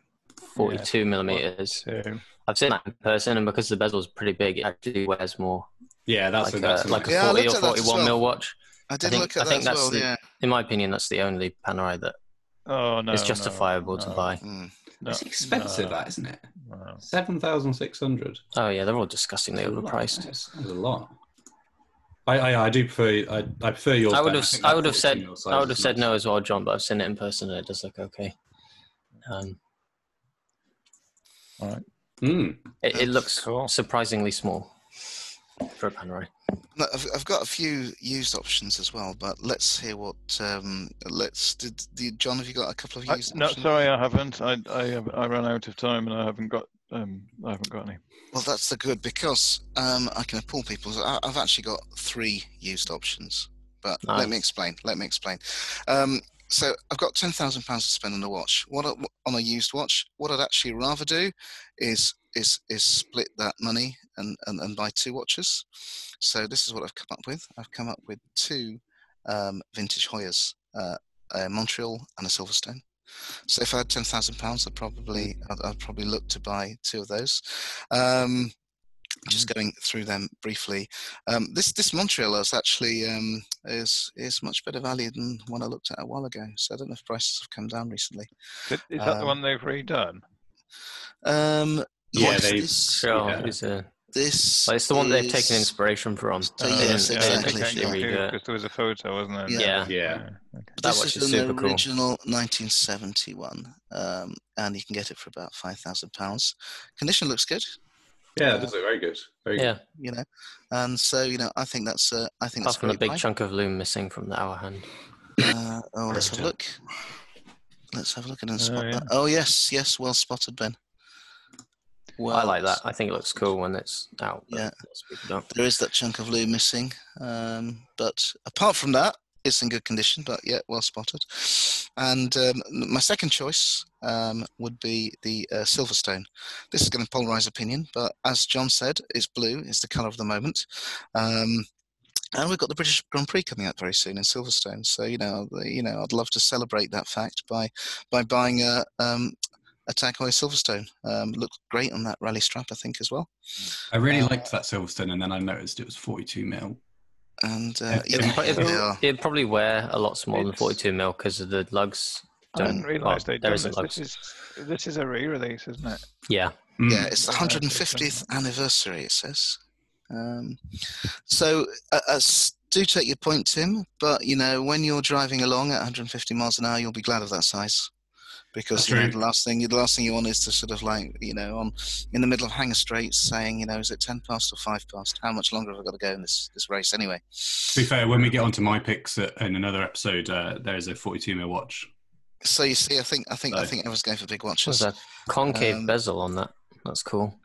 Speaker 4: 42 millimeters.
Speaker 3: So
Speaker 4: I've seen that in person, and because the bezel's pretty big, it actually wears more.
Speaker 1: Yeah, that's
Speaker 4: like
Speaker 1: a, that's
Speaker 4: a,
Speaker 1: a-
Speaker 4: like a
Speaker 2: Yeah, I
Speaker 4: 40
Speaker 2: looked
Speaker 4: or
Speaker 2: at that as
Speaker 4: 41
Speaker 2: well.
Speaker 4: mil watch.
Speaker 2: I did
Speaker 4: think-
Speaker 2: look at
Speaker 4: I
Speaker 2: that
Speaker 4: think
Speaker 2: as
Speaker 4: that's
Speaker 2: well.
Speaker 4: the-
Speaker 2: yeah,
Speaker 4: In my opinion, that's the only Panerai that
Speaker 3: oh no,
Speaker 4: is justifiable
Speaker 3: no,
Speaker 4: to buy.
Speaker 2: Mm.
Speaker 3: no,
Speaker 1: it's expensive,
Speaker 3: no,
Speaker 1: that isn't it?
Speaker 3: no.
Speaker 1: Seven thousand six hundred.
Speaker 4: Oh yeah, they're all disgustingly overpriced.
Speaker 1: That's a lot. I, I, I do prefer I, I prefer yours.
Speaker 4: I would
Speaker 1: Dan.
Speaker 4: have
Speaker 1: think
Speaker 4: I
Speaker 1: that
Speaker 4: would have said
Speaker 1: 14 size
Speaker 4: I would have
Speaker 1: is
Speaker 4: said
Speaker 1: nice.
Speaker 4: no as well, John. But I've seen it in person, and it does look okay. Um,
Speaker 1: Mm.
Speaker 4: it, it looks
Speaker 3: Cool.
Speaker 4: surprisingly small for a Panerai.
Speaker 2: No, I've, I've got a few used options as well, but let's hear what. Um, let's did, did John? Have you got a couple of
Speaker 3: I,
Speaker 2: used?
Speaker 3: Uh, no,
Speaker 2: options?
Speaker 3: sorry, I haven't. I, I have- I ran out of time and I haven't got um I haven't got any.
Speaker 2: Well, that's the good because um, I can pull people. So I, I've actually got three used options, but let me
Speaker 4: Nice.
Speaker 2: explain. Let me explain. Um, so I've got ten thousand pounds to spend on a watch. What I, on a used watch? What I'd actually rather do is is is split that money and, and, and buy two watches. So this is what I've come up with. I've come up with two um, vintage Hoyas, uh, a Montreal and a Silverstone. So if I had ten thousand pounds, I'd probably I'd, I'd probably look to buy two of those. Um,
Speaker 4: Mm.
Speaker 2: just going through them briefly. Um, this this Montreal is actually um, is is much better value than one I looked at a while ago. So I don't know if prices have come down recently.
Speaker 3: Is, is that the
Speaker 2: Um,
Speaker 3: one they've redone?
Speaker 2: Um,
Speaker 1: Yeah,
Speaker 2: yes,
Speaker 1: they-
Speaker 2: this,
Speaker 4: Sure,
Speaker 1: Yeah.
Speaker 4: it's, a,
Speaker 2: this
Speaker 4: well, it's the one they've
Speaker 2: is-
Speaker 4: taken inspiration from.
Speaker 2: So,
Speaker 4: They
Speaker 2: yes,
Speaker 3: Um,
Speaker 4: didn't- they didn't
Speaker 2: exactly,
Speaker 4: actually
Speaker 2: yeah.
Speaker 4: redo it.
Speaker 3: Because there was a photo, wasn't there?
Speaker 4: Yeah.
Speaker 1: Yeah.
Speaker 4: That
Speaker 2: this
Speaker 4: watch
Speaker 2: is
Speaker 4: is
Speaker 2: an
Speaker 4: super cool.
Speaker 2: original 1971, um, and you can get it for about five thousand pounds. Condition looks good,
Speaker 1: Yeah, it does look very good. Very good.
Speaker 4: Yeah,
Speaker 2: you know, and so you know, I think that's uh, I think
Speaker 4: apart
Speaker 2: that's
Speaker 4: from
Speaker 2: a
Speaker 4: the
Speaker 2: great
Speaker 4: big chunk of loom missing from the hour hand.
Speaker 2: buy. Uh, oh, let's have a
Speaker 1: Right.
Speaker 2: look. Let's have a look at and spot
Speaker 3: yeah.
Speaker 2: that. Oh yes, yes, well spotted, Ben. Well,
Speaker 4: I like that. I think it looks cool when it's out. but
Speaker 2: Yeah.
Speaker 4: lots of people don't.
Speaker 2: There is that chunk of loo missing, um, but apart from that, it's in good condition. But yeah, well spotted. And um, my second choice um, would be the uh, Silverstone. This is going to polarize opinion, but as John said, it's blue. It's the color of the moment. Um, and we've got the British Grand Prix coming up very soon in Silverstone, so you know, the- you know, I'd love to celebrate that fact by by buying a um, a Tag Heuer Silverstone. Um, looked great on that rally strap, I think, as well.
Speaker 1: I really
Speaker 2: Uh,
Speaker 1: liked that Silverstone, and then I noticed it was forty-two mil.
Speaker 2: And uh,
Speaker 1: Yeah,
Speaker 2: yeah,
Speaker 1: but
Speaker 2: here
Speaker 1: it'll-
Speaker 2: they are.
Speaker 4: It'd probably wear a lot smaller than
Speaker 3: It's-
Speaker 4: 42 mil because of the lugs.
Speaker 3: I didn't
Speaker 2: Um,
Speaker 4: don't-
Speaker 3: realise
Speaker 4: well,
Speaker 3: they'd
Speaker 4: there
Speaker 3: done
Speaker 4: isn't
Speaker 3: this.
Speaker 4: lugs.
Speaker 3: This is this is a re-release, isn't it?
Speaker 4: Yeah,
Speaker 1: Mm.
Speaker 2: Yeah, it's the
Speaker 3: Yeah, that's what it
Speaker 2: 150th anniversary, it says. Um, so, uh, uh, s- do take your point, Tim, but you know, when you're driving along at 150 miles an hour, you'll be glad of that size. Because
Speaker 1: That's
Speaker 2: you know,
Speaker 1: true.
Speaker 2: the last thing the last thing you want is to sort of like you know on in the middle of Hanger Straits saying you know is it ten past or five past how much longer have I got to go in this this race anyway
Speaker 1: To be fair, when we get onto my picks uh, in another episode, uh, there is a forty-two mil watch.
Speaker 2: so you see I think I think I
Speaker 1: No.
Speaker 2: think everyone's going for big watches
Speaker 4: there's a concave
Speaker 2: Um,
Speaker 4: bezel on that. That's cool.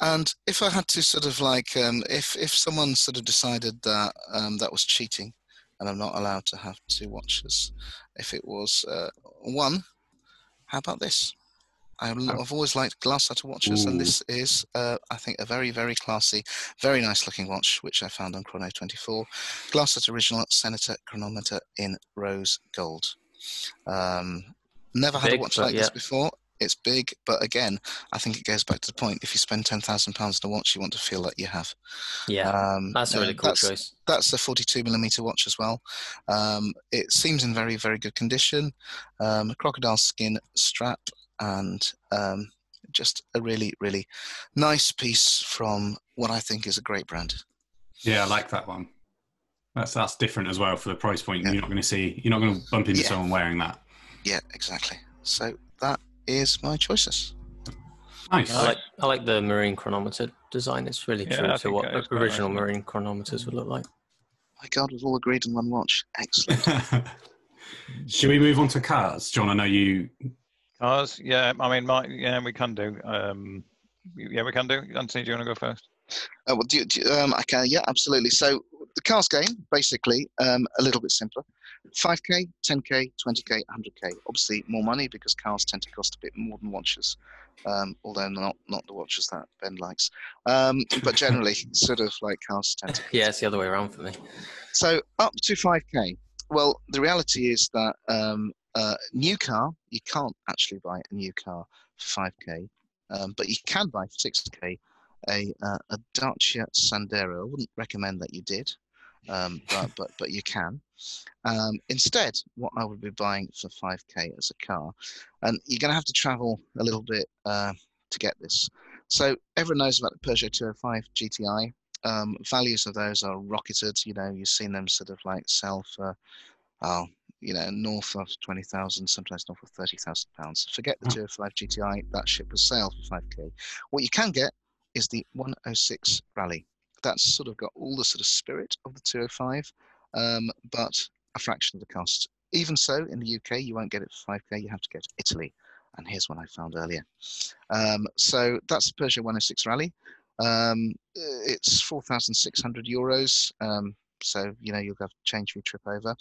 Speaker 2: And if I had to sort of like, um, if if someone sort of decided that um, that was cheating, and I'm not allowed to have two watches, if it was uh, one, how about this? I'm, I've always liked glassite watches, and
Speaker 1: Ooh.
Speaker 2: this is, uh, I think, a very very classy, very nice looking watch which I found on Chrono 24, glassite original Senator chronometer in rose gold. Um, never had
Speaker 4: Big,
Speaker 2: a watch
Speaker 4: but
Speaker 2: like this
Speaker 4: yeah.
Speaker 2: before. It's big, but again, I think it goes back to the point. If you spend ten thousand pounds on a watch, you want to feel that you have.
Speaker 4: Yeah,
Speaker 2: um,
Speaker 4: that's a
Speaker 2: no,
Speaker 4: really cool
Speaker 2: that's,
Speaker 4: choice.
Speaker 2: That's a forty-two millimeter watch as well. Um, it seems in very, very good condition. Um, crocodile skin strap and um, just a really, really nice piece from what I think is a great brand.
Speaker 1: Yeah, I like that one. That's that's different as well for the price point.
Speaker 2: Yeah.
Speaker 1: You're not going to see, you're not going to bump into
Speaker 2: Yeah.
Speaker 1: someone wearing that.
Speaker 2: Yeah, exactly. So that is my choices.
Speaker 1: Nice.
Speaker 4: I like I like the marine chronometer design. It's really
Speaker 3: Yeah,
Speaker 4: true
Speaker 3: I
Speaker 4: to
Speaker 3: think
Speaker 4: what
Speaker 3: that
Speaker 4: the
Speaker 3: is quite nice,
Speaker 4: original
Speaker 3: isn't it?
Speaker 4: marine chronometers would look like.
Speaker 2: My God, we've all agreed on one watch. Excellent.
Speaker 1: Should we move on to cars, John? I know you.
Speaker 3: Cars, yeah. I mean, my, yeah, we can do. Um, yeah, we can do. Anthony, do you want to go first?
Speaker 2: Uh, well, do you, do you, um, okay, yeah, absolutely. So the cars game, basically, um, a little bit simpler. 5k, 10k, 20k, 100k. Obviously, more money because cars tend to cost a bit more than watches, um, although not not the watches that Ben likes. Um, but generally, sort of like cars tend to.
Speaker 4: Yeah, it's the other way around for me.
Speaker 2: So up to 5k. Well, the reality is that um, Uh, new car, you can't actually buy a new car for 5k, um, but you can buy for 6k a, uh, a Dacia Sandero. I wouldn't recommend that you did, um, but, but, but you can. Um, instead, what I would be buying for 5k as a car, and you're going to have to travel a little bit uh, to get this. So everyone knows about the Peugeot 205 GTI. Um, values of those are rocketed. You know, you've seen them sort of like sell for, oh, you know, north of 20,000, sometimes north of 30,000 pounds. Forget the
Speaker 1: Oh.
Speaker 2: 205 GTI, that ship was sailed for 5k. What you can get is the 106 Rally. That's sort of got all the sort of spirit of the 205, um, but a fraction of the cost. Even so, in the UK, you won't get it for 5k, you have to go to Italy. And here's one I found earlier. Um, so that's the Peugeot 106 Rally. Um, uh, it's 4,600 euros. Um, so, you know, you'll have change for your trip over.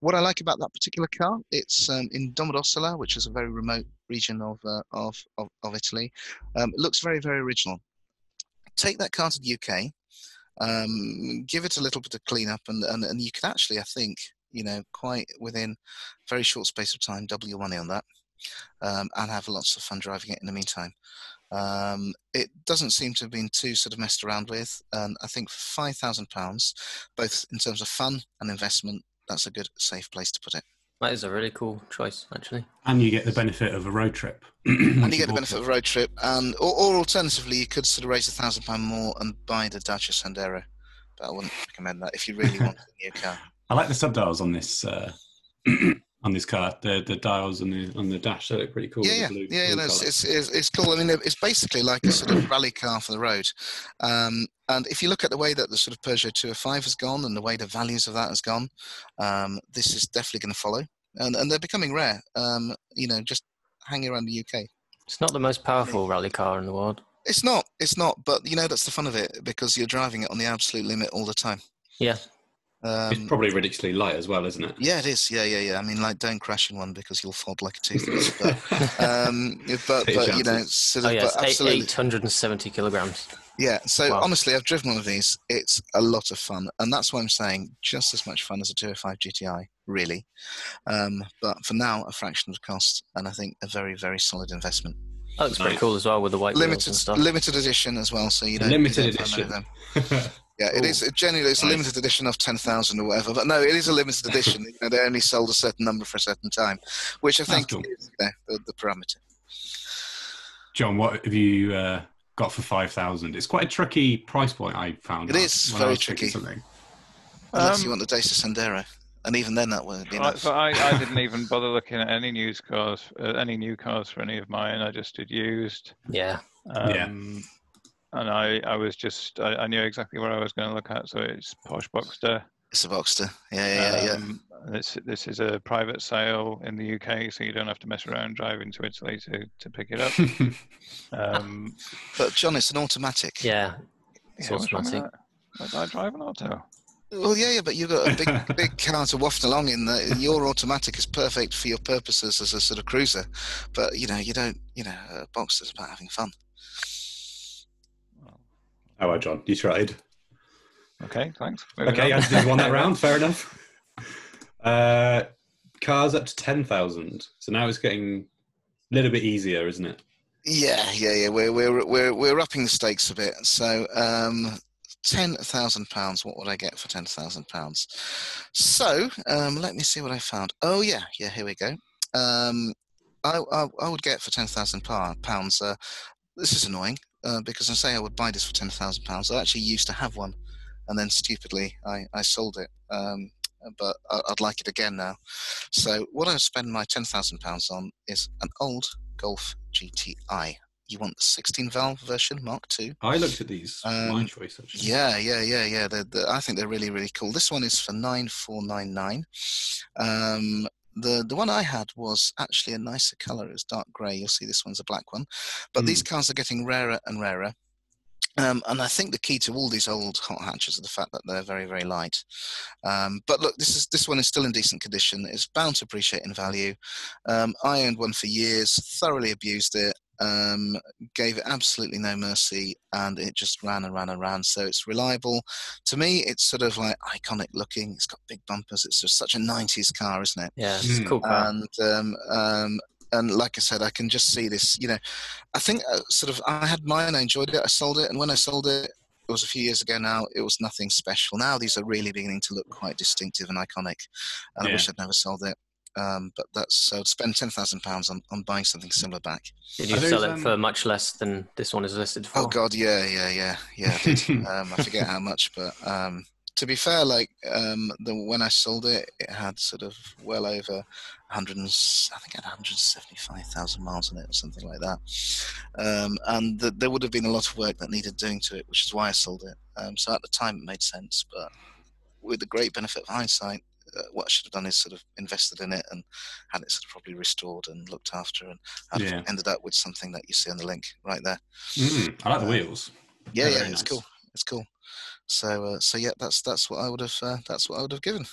Speaker 2: What I like about that particular car, it's um, in Domodossola, which is a very remote region of, uh, of, of, of Italy. Um, it looks very, very original. Take that car to the UK, um, give it a little bit of cleanup, and, and, and you can actually, I think, you know, quite within a very short space of time, double your money on that um, and have lots of fun driving it in the meantime. Um, it doesn't seem to have been too sort of messed around with. And I think for £5,000, both in terms of fun and investment, that's a good, safe place to put it.
Speaker 4: That is a really cool choice, actually.
Speaker 1: And you get the benefit of a road trip. and
Speaker 2: And you get the benefit of a road trip. And, or, or alternatively, you could sort of raise a £1,000 more and buy the Dacia Sandero. But I wouldn't recommend that if you really want a new car.
Speaker 1: I like the subdials on this uh, on this car. The the dials on the on the dash. They look pretty cool.
Speaker 2: Yeah,
Speaker 1: the
Speaker 2: yeah,
Speaker 1: blue-
Speaker 2: yeah, yeah.
Speaker 1: blue
Speaker 2: No, it's,
Speaker 1: colour.
Speaker 2: it's, it's, it's cool. I mean, it- it's basically like a sort of rally car for the road. Um, and if you look at the way that the sort of Peugeot 205 has gone and the way the values of that has gone, um, this is definitely going to follow. And, and they're becoming rare. Um, you know, just hanging around the UK.
Speaker 4: It's not the most powerful rally car in the world.
Speaker 2: It's not, it's not. But you know, that's the fun of it because you're driving it on the absolute limit all the time.
Speaker 4: Yeah.
Speaker 1: It's
Speaker 2: Um,
Speaker 1: probably ridiculously light as well, isn't it?
Speaker 2: yeah, it is. Yeah, yeah, yeah. I mean, like, don't crash in one because you'll fob like a toothless. But, um, but,
Speaker 1: Take your
Speaker 2: but you know,
Speaker 1: chances.
Speaker 2: sort
Speaker 4: Oh
Speaker 2: of,
Speaker 4: yeah,
Speaker 2: but
Speaker 4: it's eight-
Speaker 2: absolutely.
Speaker 4: 870 kilograms.
Speaker 2: Yeah, so
Speaker 4: Wow.
Speaker 2: honestly, I've driven one of these. It's a lot of fun, and that's why I'm saying just as much fun as a 205 GTI, really. Um, but for now, a fraction of the cost, and I think a very, very solid investment.
Speaker 4: That looks pretty
Speaker 1: Nice.
Speaker 4: cool as well with the white wheels
Speaker 2: Limited,
Speaker 4: and stuff.
Speaker 2: limited edition as well, so you don't
Speaker 1: Limited
Speaker 2: you don't find many of
Speaker 1: edition.
Speaker 2: them. Yeah, it
Speaker 1: Ooh.
Speaker 2: is. It generally, it's a
Speaker 1: Nice.
Speaker 2: limited edition of ten thousand or whatever. But no, it is a limited edition. you know, they only sold a certain number for a certain time, which I
Speaker 1: That's
Speaker 2: think
Speaker 1: cool.
Speaker 2: is you know, the, the parameter.
Speaker 1: John, what have you uh, got for five thousand? It's quite a tricky price point. I found
Speaker 2: It
Speaker 1: out
Speaker 2: is
Speaker 1: when I
Speaker 2: very
Speaker 1: was picking
Speaker 2: tricky.
Speaker 1: Something.
Speaker 2: Unless
Speaker 3: Um,
Speaker 2: you want the Dacia Sandero, and even then, that would be
Speaker 3: Well,
Speaker 2: enough.
Speaker 3: so I, I didn't even bother looking at any news cars, uh, any new cars for any of mine. I just did used.
Speaker 4: Yeah.
Speaker 3: Um,
Speaker 1: Yeah.
Speaker 3: And I, I was just, I, I knew exactly what I was going to look at. So it's uh, Porsche Boxster.
Speaker 2: It's a Boxster. Yeah, yeah, yeah. yeah.
Speaker 3: Um, This, this is a private sale in the UK, so you don't have to mess around driving to Italy to, to pick it up. Um,
Speaker 2: But John, it's an automatic.
Speaker 3: yeah,
Speaker 4: Yeah. It's
Speaker 3: what's wrong with
Speaker 4: automatic.
Speaker 3: that? I, I drive an auto.
Speaker 2: Well, yeah, yeah, but you've got a big, big car to waft along in. That your automatic is perfect for your purposes as a sort of cruiser, but you know, you don't, you know, a Boxster's about having fun.
Speaker 1: Oh, well, John, you tried.
Speaker 3: Okay, thanks. Moving
Speaker 1: Okay,
Speaker 3: on.
Speaker 1: I just won that round. Fair enough. Uh, cars up to ten thousand. So now it's getting a little bit easier, isn't it?
Speaker 2: Yeah, yeah, yeah. We're we're we're we're upping the stakes a bit. So, um, ten thousand pounds. What would I get for ten thousand pounds? So, um, let me see what I found. Oh yeah, yeah. Here we go. Um, I I, I would get for ten thousand pounds. Uh, this is annoying uh, because I say I would buy this for ten thousand pounds. I actually used to have one, and then stupidly I I sold it. Um, but I- I'd like it again now. So, what I would spend my ten thousand pounds on is an old Golf GTI. You want the 16 valve version, Mark II?
Speaker 1: I looked at these.
Speaker 2: Um,
Speaker 1: My choice, actually.
Speaker 2: Yeah, yeah, yeah, yeah. They're, they're- I think they're really, really cool. This one is for 9499. Um, the, the one I had was actually a nicer color. It was dark gray. You'll see this one's a black one. But these cars are getting rarer and rarer. Um, and I think the key to all these old hot hatches is the fact that they're very, very light. Um, but look, this is this one is still in decent condition. It's bound to appreciate in value. Um, I owned one for years, thoroughly abused it, um, gave it absolutely no mercy, and it just ran and ran and ran. So it's reliable. To me, it's sort of like iconic looking. It's got big bumpers. It's just such a '90s car, isn't it?
Speaker 4: Yeah, it's a
Speaker 3: Hmm.
Speaker 1: Mm.
Speaker 4: cool car.
Speaker 2: And um, um, and like I said, I can just see this. You know, I think uh, sort of I had mine. I enjoyed it. I sold it, and when I sold it. It was a few years ago now. It was nothing special. Now these are really beginning to look quite distinctive and iconic. And I
Speaker 1: Yeah.
Speaker 2: wish I'd never sold it. Um, but that's so. I'd spend ten thousand pounds on on buying something similar back.
Speaker 4: Did you
Speaker 1: Are those,
Speaker 4: sell it
Speaker 1: um,
Speaker 4: for much less than this one is listed for?
Speaker 2: Oh God, yeah, yeah, yeah, yeah. I did.
Speaker 1: Mm, Hmm.
Speaker 2: um, I forget how much, but um, to be fair, like um, the when I sold it, it had sort of well over 100. And, s- I think it had 175,000 miles on it or something like that. Um, and th- there would have been a lot of work that needed doing to it, which is why I sold it. Um, so at the time, it made sense, but with the great benefit of hindsight. Uh, what I should have done is sort of invested in it and had it sort of probably restored and looked after, and I'd have
Speaker 1: Yeah.
Speaker 2: ended up with something that you see on the link right there
Speaker 1: Mm, I like the wheels.
Speaker 2: yeah,
Speaker 1: They're
Speaker 2: yeah,
Speaker 1: very
Speaker 2: it's
Speaker 1: nice.
Speaker 2: cool. It's cool. So, uh, so yeah, that's that's what I would have. Uh, that's what I would have given.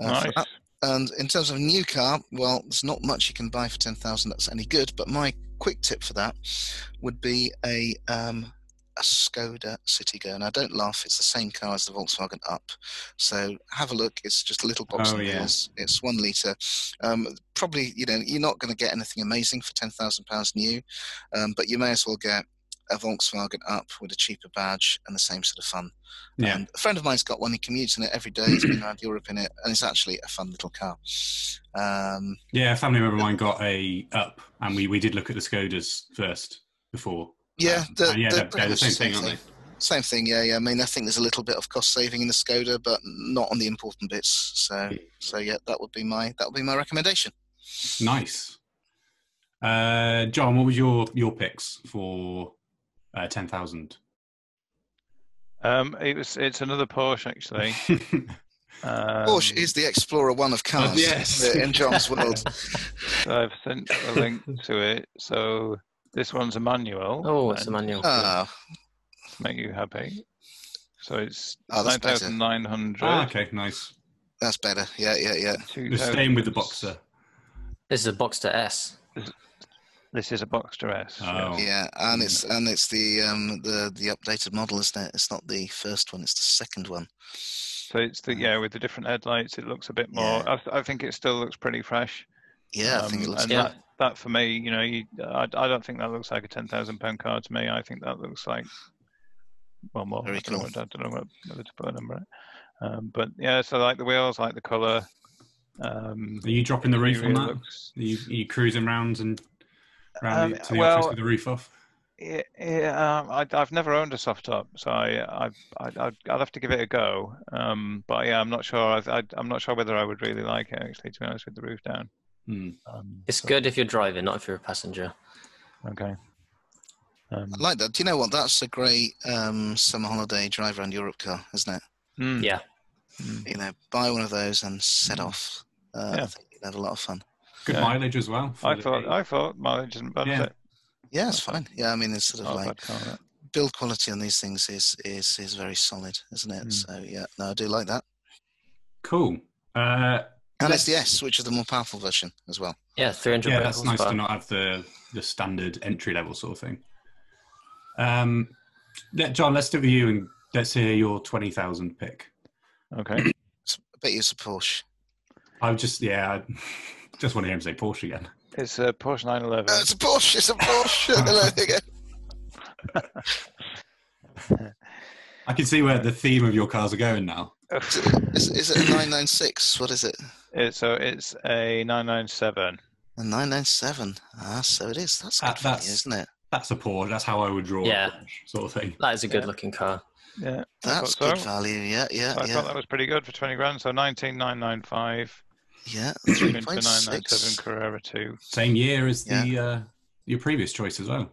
Speaker 2: Uh, for
Speaker 3: Nice.
Speaker 2: that. And in terms of a new car, well, there's not much you can buy for ten thousand that's any good. But my quick tip for that would be a um, a Skoda Citigo. Now, don't laugh; it's the same car as the Volkswagen Up. So have a look. It's just a little box
Speaker 1: Oh,
Speaker 2: on
Speaker 1: yeah.
Speaker 2: wheels. It's one liter. Um, probably, you know, you're not going to get anything amazing for ten thousand pounds new, um, but you may as well get a Volkswagen Up with a cheaper badge and the same sort of fun.
Speaker 1: Yeah.
Speaker 2: And a friend of mine's got one. He commutes in it every day. He's been around Europe in it, and it's actually a fun little car. Um,
Speaker 1: Yeah, a family member of mine got a up, and we, we did look at the Skodas first before.
Speaker 2: yeah,
Speaker 1: Um,
Speaker 2: they're,
Speaker 1: and yeah,
Speaker 2: they're
Speaker 1: they're,
Speaker 2: pretty
Speaker 1: they're the
Speaker 2: much
Speaker 1: same thing, aren't
Speaker 2: Same thing, yeah, yeah. I mean, I think there's a little bit of cost saving in the Skoda, but not on the important bits. So, so yeah, that would be my that would be my recommendation.
Speaker 1: they? Nice. Uh, John, what was your your picks for uh, ten thousand?
Speaker 3: Um, it was. It's another Porsche actually. Um,
Speaker 2: Porsche is the Explorer one of cars.
Speaker 1: yes.
Speaker 2: uh, in John's world.
Speaker 3: I've sent a link to it. So this one's a manual.
Speaker 4: Oh, it's a
Speaker 3: and
Speaker 4: manual.
Speaker 2: Ah,
Speaker 3: Make you happy. So it's
Speaker 2: Oh, that's
Speaker 3: nine
Speaker 2: better.
Speaker 3: thousand nine hundred.
Speaker 1: ah, okay, nice.
Speaker 2: that's better. Yeah, yeah, yeah.
Speaker 3: Uh,
Speaker 1: We're staying with the boxer.
Speaker 4: This is a Boxster S.
Speaker 3: This is a Boxster S.
Speaker 1: Oh.
Speaker 2: Yeah, and it's
Speaker 3: Mm.
Speaker 2: and it's the um the the updated model, isn't it? It's not the first one; it's the second one.
Speaker 3: So it's the yeah with the different headlights. It looks a bit more. I, th- I think it still looks pretty fresh.
Speaker 2: Yeah, I think it
Speaker 3: Um,
Speaker 2: looks.
Speaker 3: and
Speaker 4: Yeah.
Speaker 3: that, that for me, you know, you, I, I don't think that looks like a ten thousand pound car to me. I think that looks like well more.
Speaker 2: Very
Speaker 3: I don't know,
Speaker 2: cool.
Speaker 3: what- I don't know what, whether to put a number. on it. Um, but yeah, so I like the wheels, I like the color. Um,
Speaker 1: Are you dropping the roof on
Speaker 3: interior
Speaker 1: that?
Speaker 3: looks-
Speaker 1: Are you, are you cruising round and round
Speaker 3: Um,
Speaker 1: to the
Speaker 3: well-
Speaker 1: office with the roof off?
Speaker 3: Yeah, yeah, um, I, I've never owned a soft top, so I, I, I, I'd, I'd have to give it a go. Um, but yeah, I'm not sure. I, I, I'm not sure whether I would really like it actually. To be honest, with the roof down.
Speaker 1: Hmm.
Speaker 3: Um,
Speaker 4: It's
Speaker 3: so-
Speaker 4: good if you're driving, not if you're a passenger.
Speaker 3: Okay. Um,
Speaker 2: I like that. Do you know what? That's a great um summer holiday drive around Europe car, isn't it?
Speaker 3: mm,
Speaker 4: Yeah.
Speaker 3: mm.
Speaker 2: You know, buy one of those and set off. Uh, I
Speaker 3: Yeah.
Speaker 2: think you'd have a lot of fun.
Speaker 1: Good
Speaker 3: Yeah.
Speaker 1: mileage as well. for
Speaker 3: I
Speaker 1: the-
Speaker 3: thought I thought mileage isn't bad. is
Speaker 1: Yeah.
Speaker 3: it?
Speaker 2: Yeah, it's fine. Yeah, I mean, it's sort of
Speaker 3: Not a
Speaker 2: like
Speaker 3: bad car, that.
Speaker 2: build quality on these things is is is very solid, isn't it?
Speaker 3: Mm.
Speaker 2: So yeah, no, I do like that.
Speaker 1: cool. Uh,
Speaker 2: And it's the S, which is the more powerful version as well.
Speaker 4: Yeah, 300
Speaker 1: yeah, that's
Speaker 4: horsepower.
Speaker 1: nice to not have the the standard entry level sort of thing. Um, let, John, let's stick with you and let's hear your twenty thousand pick.
Speaker 3: Okay.
Speaker 2: I bet you it's a Porsche.
Speaker 1: I would just yeah, I just want to hear him say Porsche again.
Speaker 3: It's a Porsche
Speaker 2: Uh,
Speaker 3: 911.
Speaker 2: it's a Porsche. It's a Porsche. There you go.
Speaker 1: I can see where the theme of your cars are going now.
Speaker 2: Is, is it a 996? What is it?
Speaker 3: It's- so it's a 997.
Speaker 2: A 997. Ah, so it is. That's
Speaker 1: Ah,
Speaker 2: good value,
Speaker 1: that's-
Speaker 2: isn't it?
Speaker 1: That's a Porsche. That's how I would draw. a
Speaker 4: Yeah.
Speaker 1: Porsche sort of thing.
Speaker 4: That is a
Speaker 3: Yeah.
Speaker 4: good looking car.
Speaker 3: Yeah. I
Speaker 2: That's
Speaker 3: thought
Speaker 2: good
Speaker 3: so.
Speaker 2: value. Yeah, yeah,
Speaker 3: I thought
Speaker 2: yeah,
Speaker 3: that was pretty good for 20 grand. So 19995
Speaker 2: yeah.
Speaker 3: into 997
Speaker 2: 3.6.
Speaker 3: Carrera 2.
Speaker 1: Same year as the uh, your previous choice as well.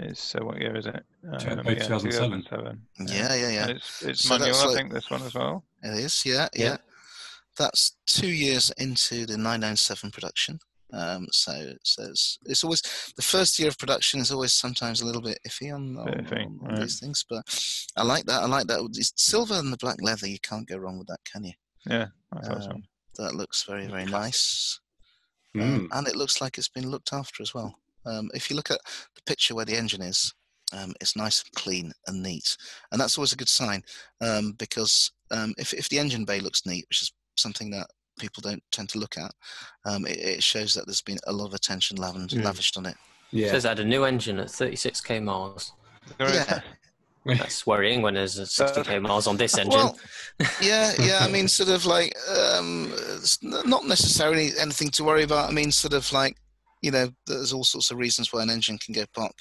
Speaker 3: It's uh, what year is it? Um,
Speaker 1: both 2007.
Speaker 3: 2007.
Speaker 2: Yeah, yeah,
Speaker 3: And
Speaker 2: yeah.
Speaker 3: it's it's
Speaker 2: So
Speaker 3: manual,
Speaker 2: that's
Speaker 3: I
Speaker 2: like-
Speaker 3: think, this one as well.
Speaker 2: It is. Yeah, yeah.
Speaker 4: Yeah.
Speaker 2: That's two years into the 997 production. Um, so, so it's, it's always the first year of production is always sometimes a little bit iffy on, on,
Speaker 3: Iffy,
Speaker 2: on
Speaker 3: right.
Speaker 2: these things, but I like that. I like that. It's silver and the black leather. You can't go wrong with that, can you?
Speaker 3: I thought so.
Speaker 2: Um, That looks very, very nice. Um,
Speaker 1: Mm.
Speaker 2: and it looks like it's been looked after as well. Um, if you look at the picture where the engine is, um, it's nice and clean and neat, and that's always a good sign um, because um, if if the engine bay looks neat, which is something that people don't tend to look at, um, it, it shows that there's been a lot of attention laven-
Speaker 1: Mm.
Speaker 2: lavished on it.
Speaker 4: It
Speaker 1: Yeah.
Speaker 4: says I had a new engine at 36k miles.
Speaker 2: Yeah.
Speaker 4: That's worrying when there's a 60k miles on this engine.
Speaker 2: Uh, Well, yeah, yeah. I mean, sort of like um, it's n- not necessarily anything to worry about. I mean, sort of like you know, there's all sorts of reasons why an engine can go pop,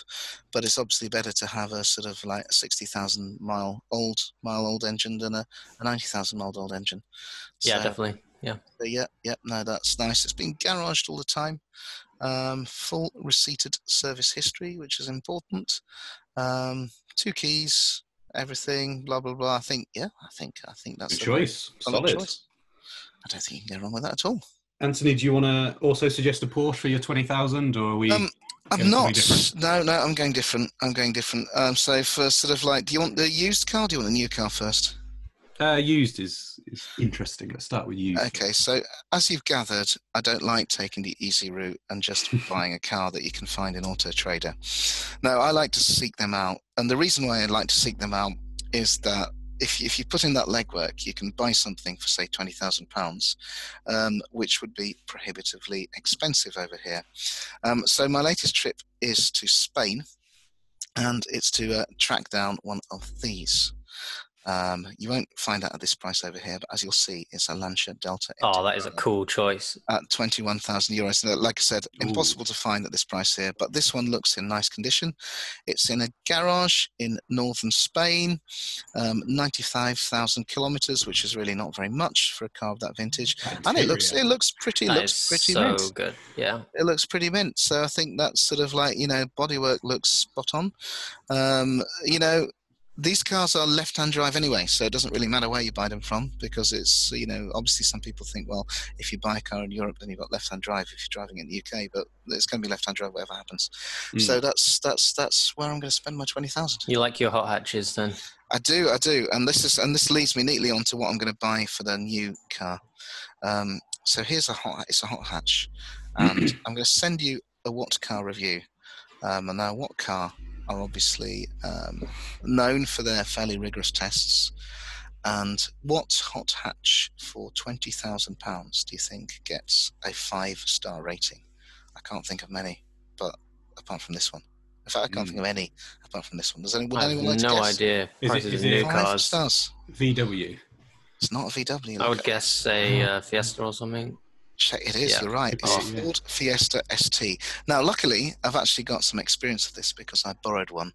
Speaker 2: but it's obviously better to have a sort of like a sixty thousand mile old mile old engine than a, a ninety thousand mile old engine.
Speaker 4: yeah,
Speaker 2: So-
Speaker 4: definitely. Yeah.
Speaker 2: But yeah, yeah, no, that's nice. It's been garaged all the time. Um, full receipted service history, which is important. Um, two keys, everything, blah blah blah. I think, yeah, I think, I think that's
Speaker 1: Good
Speaker 2: a-
Speaker 1: choice.
Speaker 2: solid
Speaker 1: Solid.
Speaker 2: choice. I don't think you can go wrong with that at all.
Speaker 1: Anthony, do you want to also suggest a Porsche for your 20,000 or are we?
Speaker 2: Um, I'm
Speaker 1: Going something
Speaker 2: not. No, no, I'm going different. I'm going different. Um, so for sort of like, do you want the used car? Do you want the new car first?
Speaker 1: uh, used is, is interesting. Let's start with used.
Speaker 2: Okay, so as you've gathered, I don't like taking the easy route and just buying a car that you can find in Auto Trader. No, I like to seek them out, and the reason why I like to seek them out is that if if you put in that legwork, you can buy something for say twenty thousand pounds, um, which would be prohibitively expensive over here. Um, so my latest trip is to Spain, and it's to uh, track down one of these. Um, you won't find that at this price over here, but as you'll see, it's a Lancia Delta.
Speaker 4: Oh, that is a cool choice.
Speaker 2: At 21,000 euros. Now, Like I said,
Speaker 1: Ooh.
Speaker 2: impossible to find at this price here, but this one looks in nice condition. It's in a garage in northern Spain, um, 95,000 kilometers, which is really not very much for a car of that vintage. And it looks, it looks pretty,
Speaker 4: That is
Speaker 2: looks pretty
Speaker 4: so
Speaker 2: mint
Speaker 4: good. Yeah.
Speaker 2: it looks pretty mint. So I think that's sort of like you know bodywork looks spot on. Um, you know, these cars are left-hand drive anyway, so it doesn't really matter where you buy them from because it's you know obviously some people think well if you buy a car in Europe then you've got left-hand drive if you're driving in the UK, but it's going to be left-hand drive whatever happens.
Speaker 4: Hmm.
Speaker 1: Mm.
Speaker 2: So that's that's that's where I'm going to spend my twenty thousand.
Speaker 4: You like your hot hatches then?
Speaker 2: I do, I do, and this is and this leads me neatly onto what I'm going to buy for the new car. Um, so here's a hot, it's a hot hatch, and I'm going to send you a what car review. Um, and now what car are obviously um, known for their fairly rigorous tests. And what hot hatch for twenty thousand pounds do you think gets a five star rating? I can't think of many, but apart from this one, in fact, I can't
Speaker 1: Mm.
Speaker 2: think of any apart from this one. Does anyone?
Speaker 4: Hmm. I
Speaker 2: anyone like
Speaker 4: have
Speaker 2: to
Speaker 4: no
Speaker 2: guess?
Speaker 4: idea.
Speaker 1: it-
Speaker 4: Prices
Speaker 1: is
Speaker 4: of
Speaker 1: it
Speaker 4: new
Speaker 2: Five
Speaker 4: cars.
Speaker 2: stars.
Speaker 1: VW.
Speaker 2: It's not a VW.
Speaker 4: I
Speaker 2: look
Speaker 4: would
Speaker 2: at
Speaker 4: guess a
Speaker 2: Uh-huh.
Speaker 4: uh, Fiesta or something.
Speaker 2: Check it is.
Speaker 4: Yeah.
Speaker 2: You're right. It's
Speaker 1: Oh,
Speaker 2: a
Speaker 1: yeah.
Speaker 2: Ford Fiesta ST. Now, luckily, I've actually got some experience of this because I borrowed one,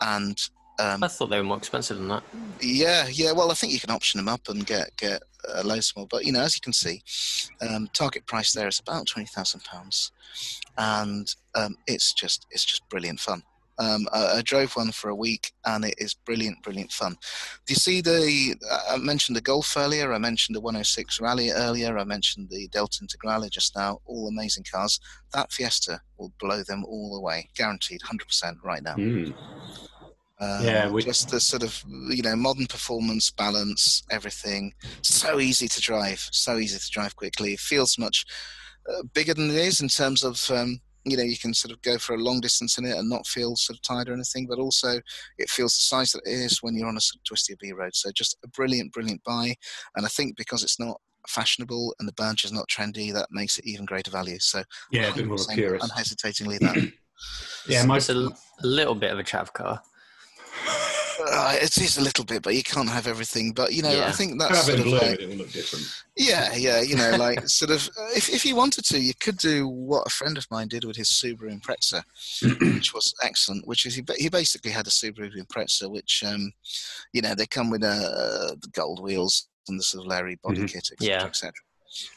Speaker 2: and um,
Speaker 4: I thought they were more expensive than that.
Speaker 2: yeah, yeah. Well, I think you can option them up and get get uh, loads more. But you know, as you can see, um, target price there is about twenty thousand pounds, and um, it's just it's just brilliant fun. Um, I, I drove one for a week, and it is brilliant, brilliant fun. Do you see the? I- I mentioned the Golf earlier. I mentioned the 106 Rally earlier. I mentioned the Delta Integrale just now. All amazing cars. That Fiesta will blow them all away, guaranteed, 100% right now.
Speaker 1: Mm.
Speaker 2: Um,
Speaker 1: Yeah, we-
Speaker 2: just the sort of you know modern performance balance, everything. So easy to drive, so easy to drive quickly. It feels much uh, bigger than it is in terms of um, you know you can sort of go for a long distance in it and not feel sort of tired or anything. But also it feels the size that it is when you're on a sort of twisty B road. So just a brilliant, brilliant buy. And I think because it's not fashionable and the badge is not trendy, that makes it even greater value. So
Speaker 1: Yeah, a bit more of a
Speaker 2: 100%
Speaker 1: purist.
Speaker 2: unhesitatingly that.
Speaker 1: Yeah, my,
Speaker 4: It's a, l- a little bit of a chav car.
Speaker 2: Uh, it is a little bit, but you can't have everything. But you know, I
Speaker 4: Yeah.
Speaker 2: think
Speaker 1: I
Speaker 2: that's
Speaker 1: have it
Speaker 2: sort
Speaker 1: in
Speaker 2: of
Speaker 1: blue,
Speaker 2: like,
Speaker 1: it will look different.
Speaker 2: yeah, yeah, you know, like sort of. uh, If if you wanted to, you could do what a friend of mine did with his Subaru Impreza, which was excellent. Which is he, ba- he basically had a Subaru Impreza, which um, you know, they come with uh, the gold wheels and the sort of Larry body
Speaker 1: Mhm.
Speaker 2: kit, etc.,
Speaker 4: Mm-hmm. Yeah.
Speaker 2: etc.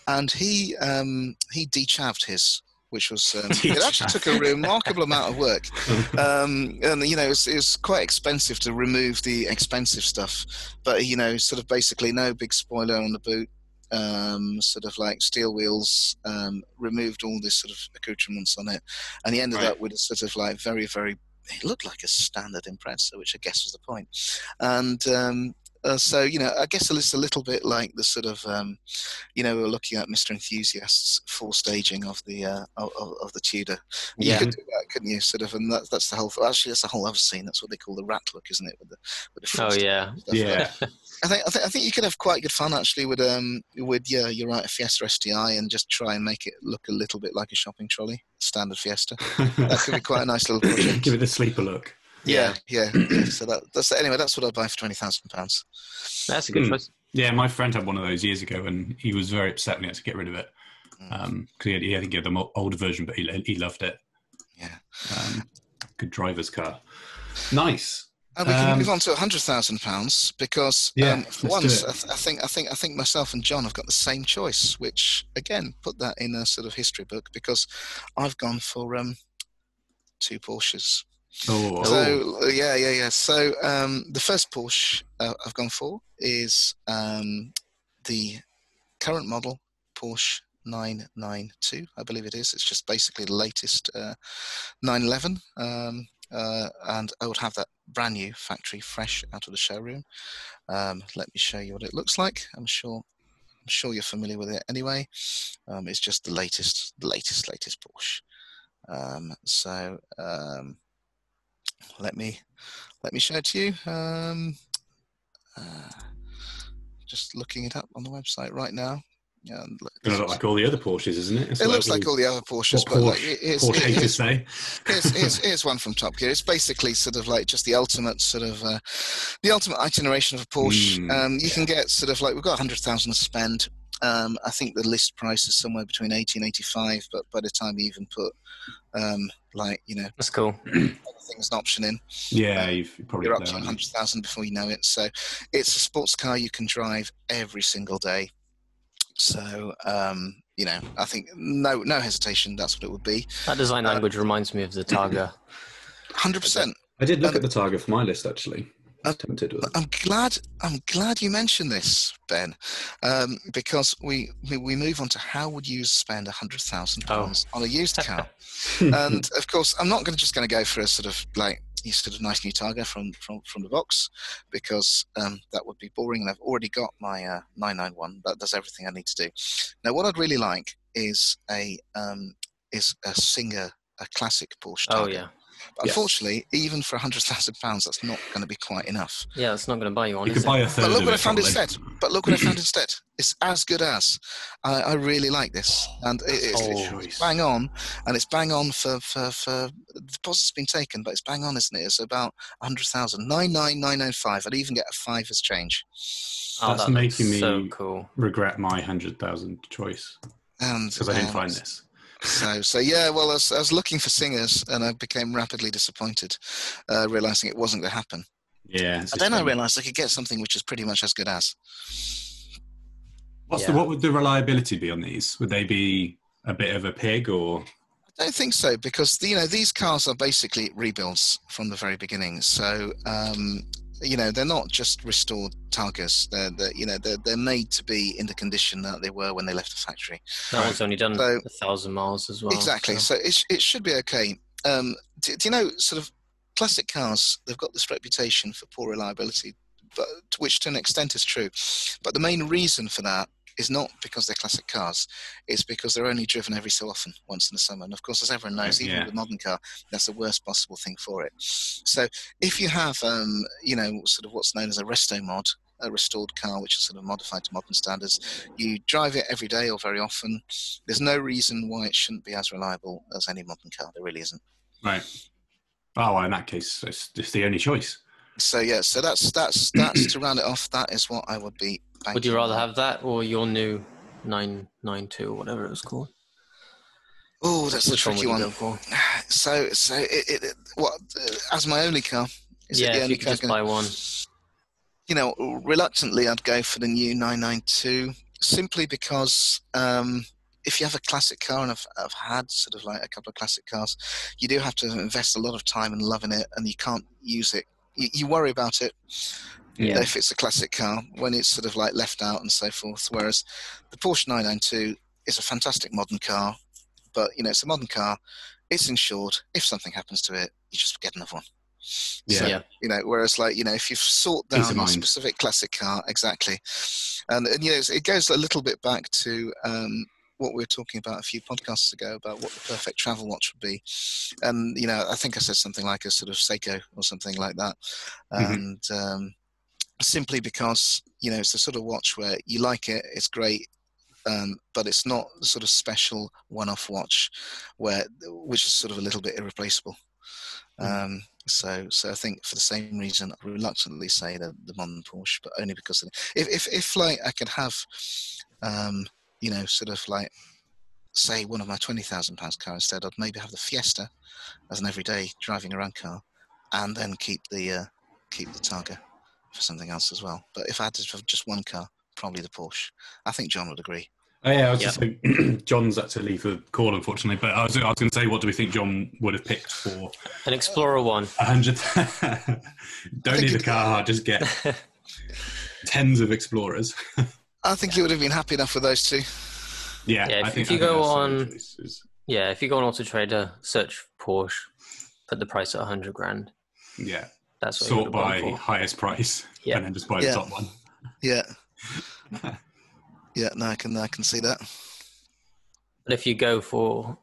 Speaker 2: And he um he dechaved his. Which was um, it actually took a remarkable amount of work um, and you know it was, it was quite expensive to remove the expensive stuff but you know sort of basically no big spoiler on the boot um, sort of like steel wheels um, removed all this sort of accoutrements on it and he ended
Speaker 1: Right.
Speaker 2: up with a sort of like very very it looked like a standard impressor which i guess was the point and um, Uh, so you know, I guess it's a little bit like the sort of, um, you know, we were looking at Mr. Enthusiast's full staging of the uh, of, of the Tudor. You
Speaker 4: Yeah.
Speaker 2: could do that, couldn't you? Sort of, and that, that's the whole. Actually, that's the whole other scene. That's what they call the rat look, isn't it? With the with the full
Speaker 4: Oh yeah,
Speaker 2: stuff.
Speaker 1: Yeah.
Speaker 2: I think, I think I think you could have quite good fun actually with um with yeah you're right a Fiesta STI and just try and make it look a little bit like a shopping trolley standard Fiesta. That could be quite a nice little project.
Speaker 1: Give it the sleeper look.
Speaker 2: yeah, yeah. yeah. So that, that's anyway. That's what I'd buy for twenty thousand pounds.
Speaker 4: that's a good
Speaker 1: Hmm.
Speaker 4: choice.
Speaker 1: Yeah, my friend had one of those years ago, and he was very upset when he had to get rid of it.
Speaker 2: Mm.
Speaker 1: Because he, had- he, I think he had the mo- older version, but he, he loved it.
Speaker 2: Yeah.
Speaker 1: Um, good driver's car. Nice.
Speaker 2: And we can
Speaker 1: Um,
Speaker 2: move on to hundred thousand pounds because
Speaker 1: Yeah,
Speaker 2: um,
Speaker 1: let's
Speaker 2: for
Speaker 1: do
Speaker 2: once
Speaker 1: it.
Speaker 2: I, th- I think I think I think myself and John have got the same choice, which again put that in a sort of history book because I've gone for um two Porsches.
Speaker 1: Oh,
Speaker 2: So uh, yeah, yeah, yeah. So um, the first Porsche uh, I've gone for is um, the current model Porsche 992, I believe it is. It's just basically the latest uh, 911, um, uh, and I would have that brand new factory fresh out of the showroom. Um, let me show you what it looks like. I'm sure. I'm sure you're familiar with it anyway. Um, it's just the latest, the latest, latest Porsche. Um, so um, let me let me show it to you. Um, uh, just looking it up on the website right now. Yeah, and look-
Speaker 1: going to look like all the other Porsches, isn't it? That's
Speaker 2: it
Speaker 1: what
Speaker 2: looks like all the other Porsches,
Speaker 1: what
Speaker 2: but like,
Speaker 1: Porsche-
Speaker 2: here's,
Speaker 1: Porsche haters
Speaker 2: here's,
Speaker 1: say.
Speaker 2: here's, here's, here's one from Top Gear. It's basically sort of like just the ultimate sort of uh, the ultimate itineration of a Porsche.
Speaker 1: Mm,
Speaker 2: um, you can get sort of like we've got hundred thousand to spend. Um, I think the list price is somewhere between eighty and eighty-five, but by the time you even put um, like you know
Speaker 4: That's cool.
Speaker 2: other things an option in,
Speaker 1: yeah, you've probably
Speaker 2: you're
Speaker 1: got
Speaker 2: up
Speaker 1: there.
Speaker 2: to
Speaker 1: haven't you?
Speaker 2: 100,000 before you know it. So it's a sports car you can drive every single day. So, um, you know, I think no no hesitation, that's what it would be.
Speaker 4: That design
Speaker 2: Uh,
Speaker 4: language reminds me of the Targa.
Speaker 2: 100%.
Speaker 1: I did look
Speaker 2: Um,
Speaker 1: at the target for my list actually. I was
Speaker 2: Uh,
Speaker 1: tempted with it.
Speaker 2: I'm glad I'm glad you mentioned this, Ben, um, because we, we we move on to how would you spend 100,000
Speaker 4: Oh.
Speaker 2: pounds on a used car. and of course, I'm not going to just going to go for a sort of like you sort of nice new Targa from from from the box because um, that would be boring. And I've already got my uh, 991. That does everything I need to do. Now, what I'd really like is a um, is a Singer, a classic Porsche.
Speaker 4: Oh
Speaker 2: Targa.
Speaker 4: yeah,
Speaker 2: But
Speaker 1: Yes.
Speaker 2: unfortunately, even for 100,000 pounds, that's not going to be quite enough.
Speaker 4: yeah. That's not going to buy you one.
Speaker 1: you
Speaker 4: Is
Speaker 1: could
Speaker 4: it?
Speaker 1: buy a third
Speaker 2: But look
Speaker 1: of
Speaker 2: what I
Speaker 1: it,
Speaker 2: found
Speaker 1: probably.
Speaker 2: instead. But look what I found instead. It's as good as. I, I really like this, and it, it's,
Speaker 1: Good
Speaker 2: it's
Speaker 1: Oh, choice.
Speaker 2: bang on, and it's bang on for for for the deposit's been taken, but it's bang on, isn't it? It's about 100,000, 99995. I'd even get a five as change.
Speaker 4: Oh,
Speaker 1: That's
Speaker 4: that looks
Speaker 1: making me-
Speaker 4: so cool.
Speaker 1: Regret my hundred thousand choice
Speaker 2: And
Speaker 1: because I didn't
Speaker 2: um,
Speaker 1: find this.
Speaker 2: So, so yeah, well, I was, I was looking for singers, and I became rapidly disappointed, uh, realizing it wasn't going to happen.
Speaker 1: Yeah. it's
Speaker 2: And then I
Speaker 1: just-
Speaker 2: realized I could get something which is pretty much as good as.
Speaker 1: What's the,
Speaker 4: Yeah.
Speaker 1: what would the reliability be on these? Would they be a bit of a pig or
Speaker 2: I don't think so because you know these cars are basically rebuilds from the very beginning. So um, you know they're not just restored Targas. They're, they're you know they're, they're made to be in the condition that they were when they left the factory.
Speaker 4: That one's only done
Speaker 2: So-
Speaker 4: a thousand miles as well.
Speaker 2: exactly. So
Speaker 4: so-
Speaker 2: it sh- it should be okay. Um, do, do you know sort of classic cars? They've got this reputation for poor reliability, but to which to an extent is true. But the main reason for that is not because they're classic cars, it's because they're only driven every so often, once in the summer. And of course, as everyone knows, even
Speaker 1: Yeah.
Speaker 2: with a modern car, that's the worst possible thing for it. So if you have, um, you know, sort of what's known as a resto mod, a restored car, which is sort of modified to modern standards, you drive it every day or very often. There's no reason why it shouldn't be as reliable as any modern car. There really isn't.
Speaker 1: right? Oh, well, in that case, it's, it's the only choice.
Speaker 2: So yeah, so that's that's that's to round it off. That is what I would be.
Speaker 4: Would
Speaker 2: banking
Speaker 4: you rather
Speaker 2: on.
Speaker 4: have that or your new nine nine two or whatever it was called?
Speaker 2: Oh, that's a
Speaker 4: Which
Speaker 2: tricky
Speaker 4: would
Speaker 2: one.
Speaker 4: you go for?
Speaker 2: So, so it, it, it what uh, as my only car? Is it
Speaker 4: yeah,
Speaker 2: the
Speaker 4: if you
Speaker 2: only
Speaker 4: could
Speaker 2: car?
Speaker 4: just
Speaker 2: Gonna,
Speaker 4: buy one.
Speaker 2: you know, reluctantly, I'd go for the new 992 simply because um, if you have a classic car, and I've, I've had sort of like a couple of classic cars, you do have to invest a lot of time and love in it, and you can't use it. You, you worry about it
Speaker 4: Yeah.
Speaker 2: if it's a classic car when it's sort of like left out and so forth. Whereas the Porsche 992 is a fantastic modern car, but you know it's a modern car. It's insured. If something happens to it, you just get another one.
Speaker 1: Yeah.
Speaker 2: So,
Speaker 4: Yeah.
Speaker 2: you know, whereas like you know, if you've sought
Speaker 1: Peace of
Speaker 2: down a
Speaker 1: mind.
Speaker 2: specific classic car, exactly, and and you know, it's- it goes a little bit back to um, what we were talking about a few podcasts ago about what the perfect travel watch would be, and you know, I think I said something like a sort of Seiko or something like that,
Speaker 1: Mhm.
Speaker 2: and um, simply because you know it's the sort of watch where you like it, it's great. Um, but it's not the sort of special one-off watch, where which is sort of a little bit irreplaceable.
Speaker 1: Mm-hmm.
Speaker 2: Um, so, so I think for the same reason, I reluctantly say that the modern Porsche, but only because of the, if, if, if like I could have, um, you know, sort of like say one of my twenty thousand pounds car instead, I'd maybe have the Fiesta as an everyday driving around car, and then keep the uh, keep the Targa for something else as well. But if I had to have just one car, probably the Porsche. I think John would agree.
Speaker 1: Oh, yeah, I was just saying, John's actually for call, unfortunately. But I was, I was going to say, what do we think John would have picked for
Speaker 4: An Explorer one.
Speaker 1: a hundred? Don't need a
Speaker 2: it-
Speaker 1: car, just get tens of explorers.
Speaker 2: I think he would have been happy enough with those two.
Speaker 1: Yeah,
Speaker 4: Yeah,
Speaker 1: I
Speaker 4: if-
Speaker 1: think
Speaker 4: if you
Speaker 1: I think
Speaker 4: go
Speaker 1: that's the right
Speaker 4: on-
Speaker 1: choice, is-
Speaker 4: yeah, if you go on Auto Trader, search Porsche, put the price at hundred grand.
Speaker 1: yeah,
Speaker 4: That's what you
Speaker 1: sort
Speaker 4: would have
Speaker 1: by
Speaker 4: gone for.
Speaker 1: highest price,
Speaker 4: Yeah.
Speaker 1: and then just buy
Speaker 2: Yeah.
Speaker 1: the top one.
Speaker 2: Yeah, yeah. No, I can I can see that.
Speaker 4: But if you go for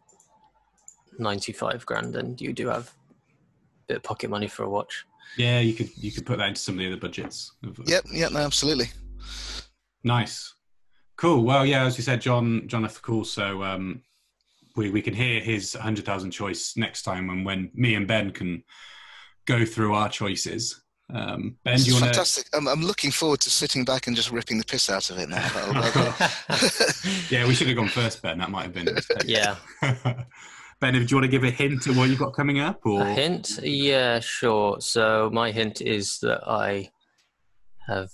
Speaker 4: ninety-five grand, then you do have a bit of pocket money for a watch.
Speaker 1: yeah, you could you could put that into some of the other budgets. of-
Speaker 2: Yep, yep. No, absolutely.
Speaker 1: Nice. Cool. Well, yeah, as you said, John, John left the call, so um, we we can hear his hundred thousand choice next time, and when me and Ben can go through our choices. Um, ben, do
Speaker 2: This
Speaker 1: you
Speaker 2: is
Speaker 1: want to?
Speaker 2: fantastic. I'm, I'm looking forward to sitting back and just ripping the piss out of it now. Oh, That'll- that'll-
Speaker 1: Yeah, we should have gone first, Ben. That might have been. a mistake.
Speaker 4: yeah.
Speaker 1: ben, if you want to give a hint at what you've got coming up, or
Speaker 4: A hint? Yeah, sure. So my hint is that I have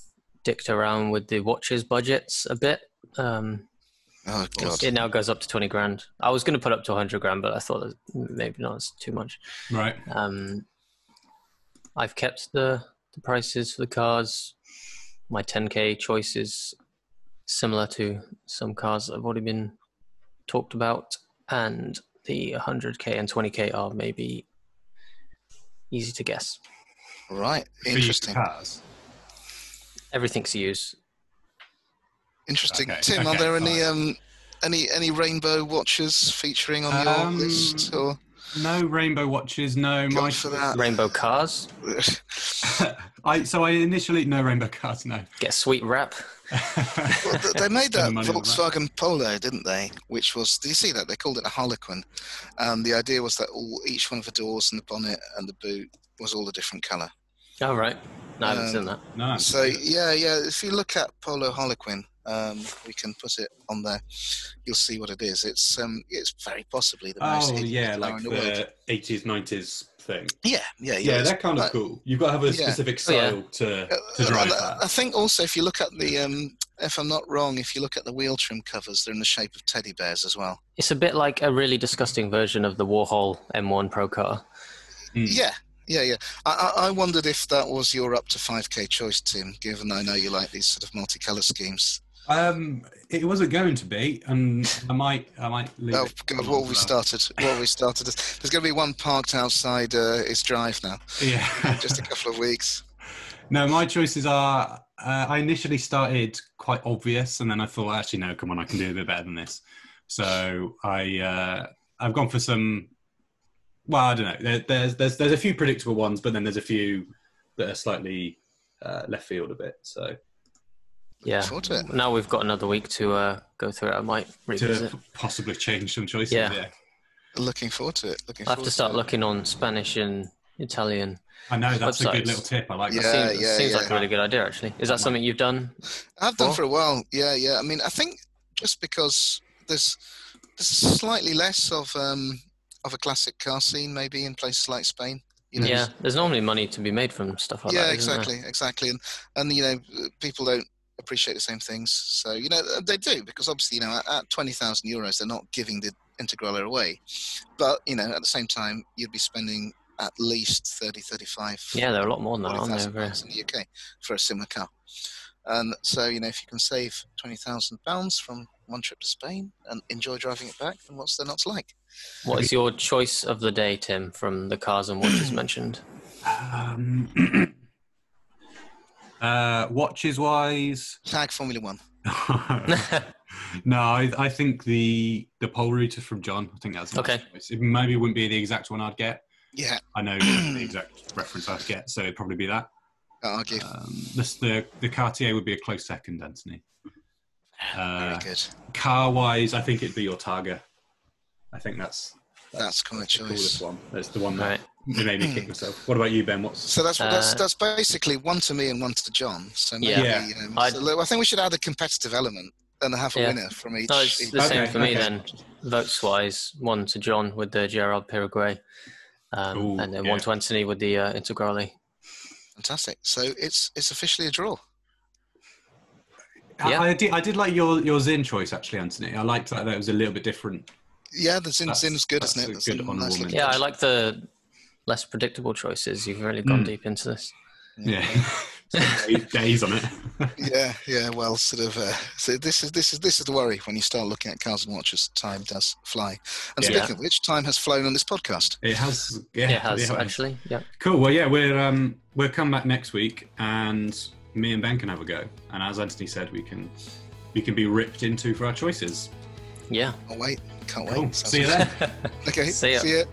Speaker 4: dicked around with the watches budgets a bit. Um,
Speaker 2: oh god.
Speaker 4: it now goes up to twenty grand. I was going to put up to hundred grand, but I thought that maybe not. It's too much.
Speaker 1: right?
Speaker 4: Um, I've kept the the prices for the cars. My 10k choice is similar to some cars that have already been talked about, and the 100k and 20k are maybe easy to guess.
Speaker 2: Right.
Speaker 1: For used
Speaker 2: Interesting.
Speaker 1: Cars.
Speaker 4: Everything's used.
Speaker 2: Interesting.
Speaker 1: Okay,
Speaker 2: Tim, are
Speaker 1: okay,
Speaker 2: there any
Speaker 1: fine.
Speaker 2: um any any rainbow watches featuring on your
Speaker 1: Um,
Speaker 2: list or
Speaker 1: No rainbow watches. No,
Speaker 2: Good
Speaker 1: my
Speaker 2: for that.
Speaker 4: Rainbow cars
Speaker 2: what
Speaker 1: I so I initially no rainbow cars. No.
Speaker 4: get a sweet wrap.
Speaker 2: th- they made
Speaker 1: Spend
Speaker 2: that
Speaker 1: the money on that.
Speaker 2: Volkswagen Polo, didn't they? Which was do you see that? They called it a Harlequin. Um the idea was that all each one of the doors and the bonnet and the boot was all a different colour.
Speaker 4: All right, no, I haven't
Speaker 2: Um,
Speaker 4: seen that.
Speaker 1: no.
Speaker 2: So yeah, yeah. If you look at Polo Harlequin, um, we can put it on there. You'll see what it is. It's um, it's very possibly the most
Speaker 1: Oh
Speaker 2: hidden
Speaker 1: yeah,
Speaker 2: car
Speaker 1: like
Speaker 2: in the world.
Speaker 1: the eighties, nineties thing.
Speaker 2: Yeah, yeah,
Speaker 1: Yeah,
Speaker 2: it's-
Speaker 1: they're kind of
Speaker 2: but-
Speaker 1: cool. You've got to have a
Speaker 2: Yeah.
Speaker 1: specific
Speaker 4: Oh, yeah.
Speaker 1: style to to
Speaker 2: Uh,
Speaker 1: drive
Speaker 2: and I- I
Speaker 1: that.
Speaker 2: think also if you look at the um, if I'm not wrong, if you look at the wheel trim covers, they're in the shape of teddy bears as well.
Speaker 4: It's a bit like a really disgusting version of the Warhol M1 Pro car.
Speaker 1: Mm.
Speaker 2: Yeah, yeah, yeah. I, I, I wondered if that was your up to 5k choice, Tim. Given I know you like these sort of multicolour schemes.
Speaker 1: Um, it wasn't going to be, and I might, I might. Leave
Speaker 2: Oh
Speaker 1: it.
Speaker 2: God, what have we started? What have we started? There's going to be one parked outside uh, his drive now.
Speaker 1: Yeah.
Speaker 2: Just a couple of weeks.
Speaker 1: no, my choices are. Uh, I initially started quite obvious, and then I thought, actually, no, come on, I can do a bit better than this. So I, uh, I've gone for some. Well, I don't know. There, there's there's there's a few predictable ones, but then there's a few that are slightly uh, left field a bit. So
Speaker 4: Yeah.
Speaker 2: Forward to it.
Speaker 4: Now we've got another week to uh, go through it. I might revisit.
Speaker 1: to possibly change some choices.
Speaker 4: Yeah.
Speaker 1: yeah.
Speaker 2: Looking forward to it. Looking
Speaker 4: I have
Speaker 2: forward
Speaker 4: to start
Speaker 2: it.
Speaker 4: looking on Spanish and Italian.
Speaker 1: I know that's a
Speaker 4: Websites.
Speaker 1: good little tip. I like
Speaker 2: Yeah,
Speaker 1: that.
Speaker 4: seems seems
Speaker 2: yeah.
Speaker 4: like a really good idea, actually. Is that something you've done?
Speaker 2: I've done
Speaker 4: Well-
Speaker 2: for a while. Yeah, yeah. I mean, I think just because there's there's slightly less of um of a classic car scene maybe in places like Spain. You know,
Speaker 4: Yeah, there's normally money to be made from stuff like
Speaker 2: yeah,
Speaker 4: that. isn't there?
Speaker 2: exactly, exactly. And and you know, people don't appreciate the same things. So you know, uh, they do because obviously you know at, at twenty thousand euros they're not giving the Integrale away, but you know at the same time you'd be spending at least 30 35
Speaker 4: Yeah, there are a lot more than that, aren't there?
Speaker 2: 40,000
Speaker 4: over-
Speaker 2: pounds in the UK for a similar car. And so, you know, if you can save twenty thousand pounds from one trip to Spain and enjoy driving it back, then what's there not to like?
Speaker 4: What is your choice of the day, Tim, from the cars and watches mentioned?
Speaker 1: Um, uh, watches wise,
Speaker 2: Tag Formula One.
Speaker 1: no, I, I think the the pole router from John. I think that's the
Speaker 4: Okay.
Speaker 1: best choice. It maybe wouldn't be the exact one I'd get.
Speaker 2: Yeah,
Speaker 1: I know the exact reference I'd get, so it'd probably be that.
Speaker 2: I'll argue.
Speaker 1: Um, this, the the Cartier would be a close second, Anthony.
Speaker 2: Very
Speaker 4: Ah,
Speaker 1: Uh,
Speaker 2: good.
Speaker 1: car wise, I think it'd be your Targa. I think that's
Speaker 2: That's quite a
Speaker 1: the coolest
Speaker 2: choice.
Speaker 1: one. That's the one that
Speaker 4: right.
Speaker 1: it made me kick myself. What about you, Ben? What's
Speaker 2: So that's that's
Speaker 4: Uh,
Speaker 2: that's basically one to me and one to John. So maybe,
Speaker 1: Yeah.
Speaker 2: um,
Speaker 4: I'd-
Speaker 2: so look, I think we should add a competitive element and have a
Speaker 4: Yeah.
Speaker 2: winner from each.
Speaker 4: No, it's
Speaker 2: each-
Speaker 4: the same
Speaker 1: Okay,
Speaker 4: for me
Speaker 1: okay.
Speaker 4: then. Votes wise, one to John with the Gerard Piragray, um,
Speaker 1: Ooh,
Speaker 4: and then
Speaker 1: yeah.
Speaker 4: one to Anthony with the uh, Integrale.
Speaker 2: Fantastic. So it's it's officially a draw.
Speaker 1: I,
Speaker 4: Yeah.
Speaker 1: I did I did like your your Zin choice actually, Anthony. I liked that that it was a little bit different.
Speaker 2: Yeah, the Zin,
Speaker 1: That's-
Speaker 2: Zin's good,
Speaker 1: that's
Speaker 2: isn't it?
Speaker 1: a
Speaker 2: That's
Speaker 1: good
Speaker 2: a nice
Speaker 1: honourable
Speaker 2: looking
Speaker 1: mention.
Speaker 4: Yeah, I
Speaker 2: one.
Speaker 4: like the less predictable choices. You've really gone
Speaker 1: Mm.
Speaker 4: deep into this. Mm-hmm.
Speaker 1: Yeah, Days- days on it.
Speaker 2: Yeah, yeah. Well, sort of. Uh, so this is this is this is the worry when you start looking at cars and watches. Time does fly. And
Speaker 1: Yeah.
Speaker 2: speaking of which, time has flown on this podcast.
Speaker 1: It has.
Speaker 4: Yeah,
Speaker 1: Yeah,
Speaker 4: it has actually. Yeah.
Speaker 1: Cool. Well, yeah, we're um, we'll come back next week, and me and Ben can have a go. And as Anthony said, we can we can be ripped into for our choices.
Speaker 4: Yeah.
Speaker 2: Oh wait, can't wait.
Speaker 1: Cool.
Speaker 2: Sounds
Speaker 1: See you
Speaker 2: awesome.
Speaker 1: there.
Speaker 2: Okay.
Speaker 4: See ya.
Speaker 2: See ya.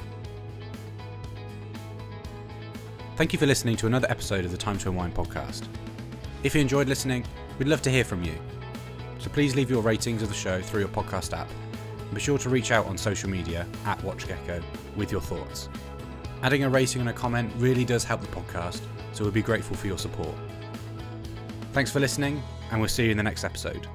Speaker 5: Thank you for listening to another episode of the Time to Unwind podcast. If you enjoyed listening, we'd love to hear from you. So please leave your ratings of the show through your podcast app and be sure to reach out on social media at WatchGecko with your thoughts. Adding a rating and a comment really does help the podcast, so we'd be grateful for your support. Thanks for listening, and we'll see you in the next episode.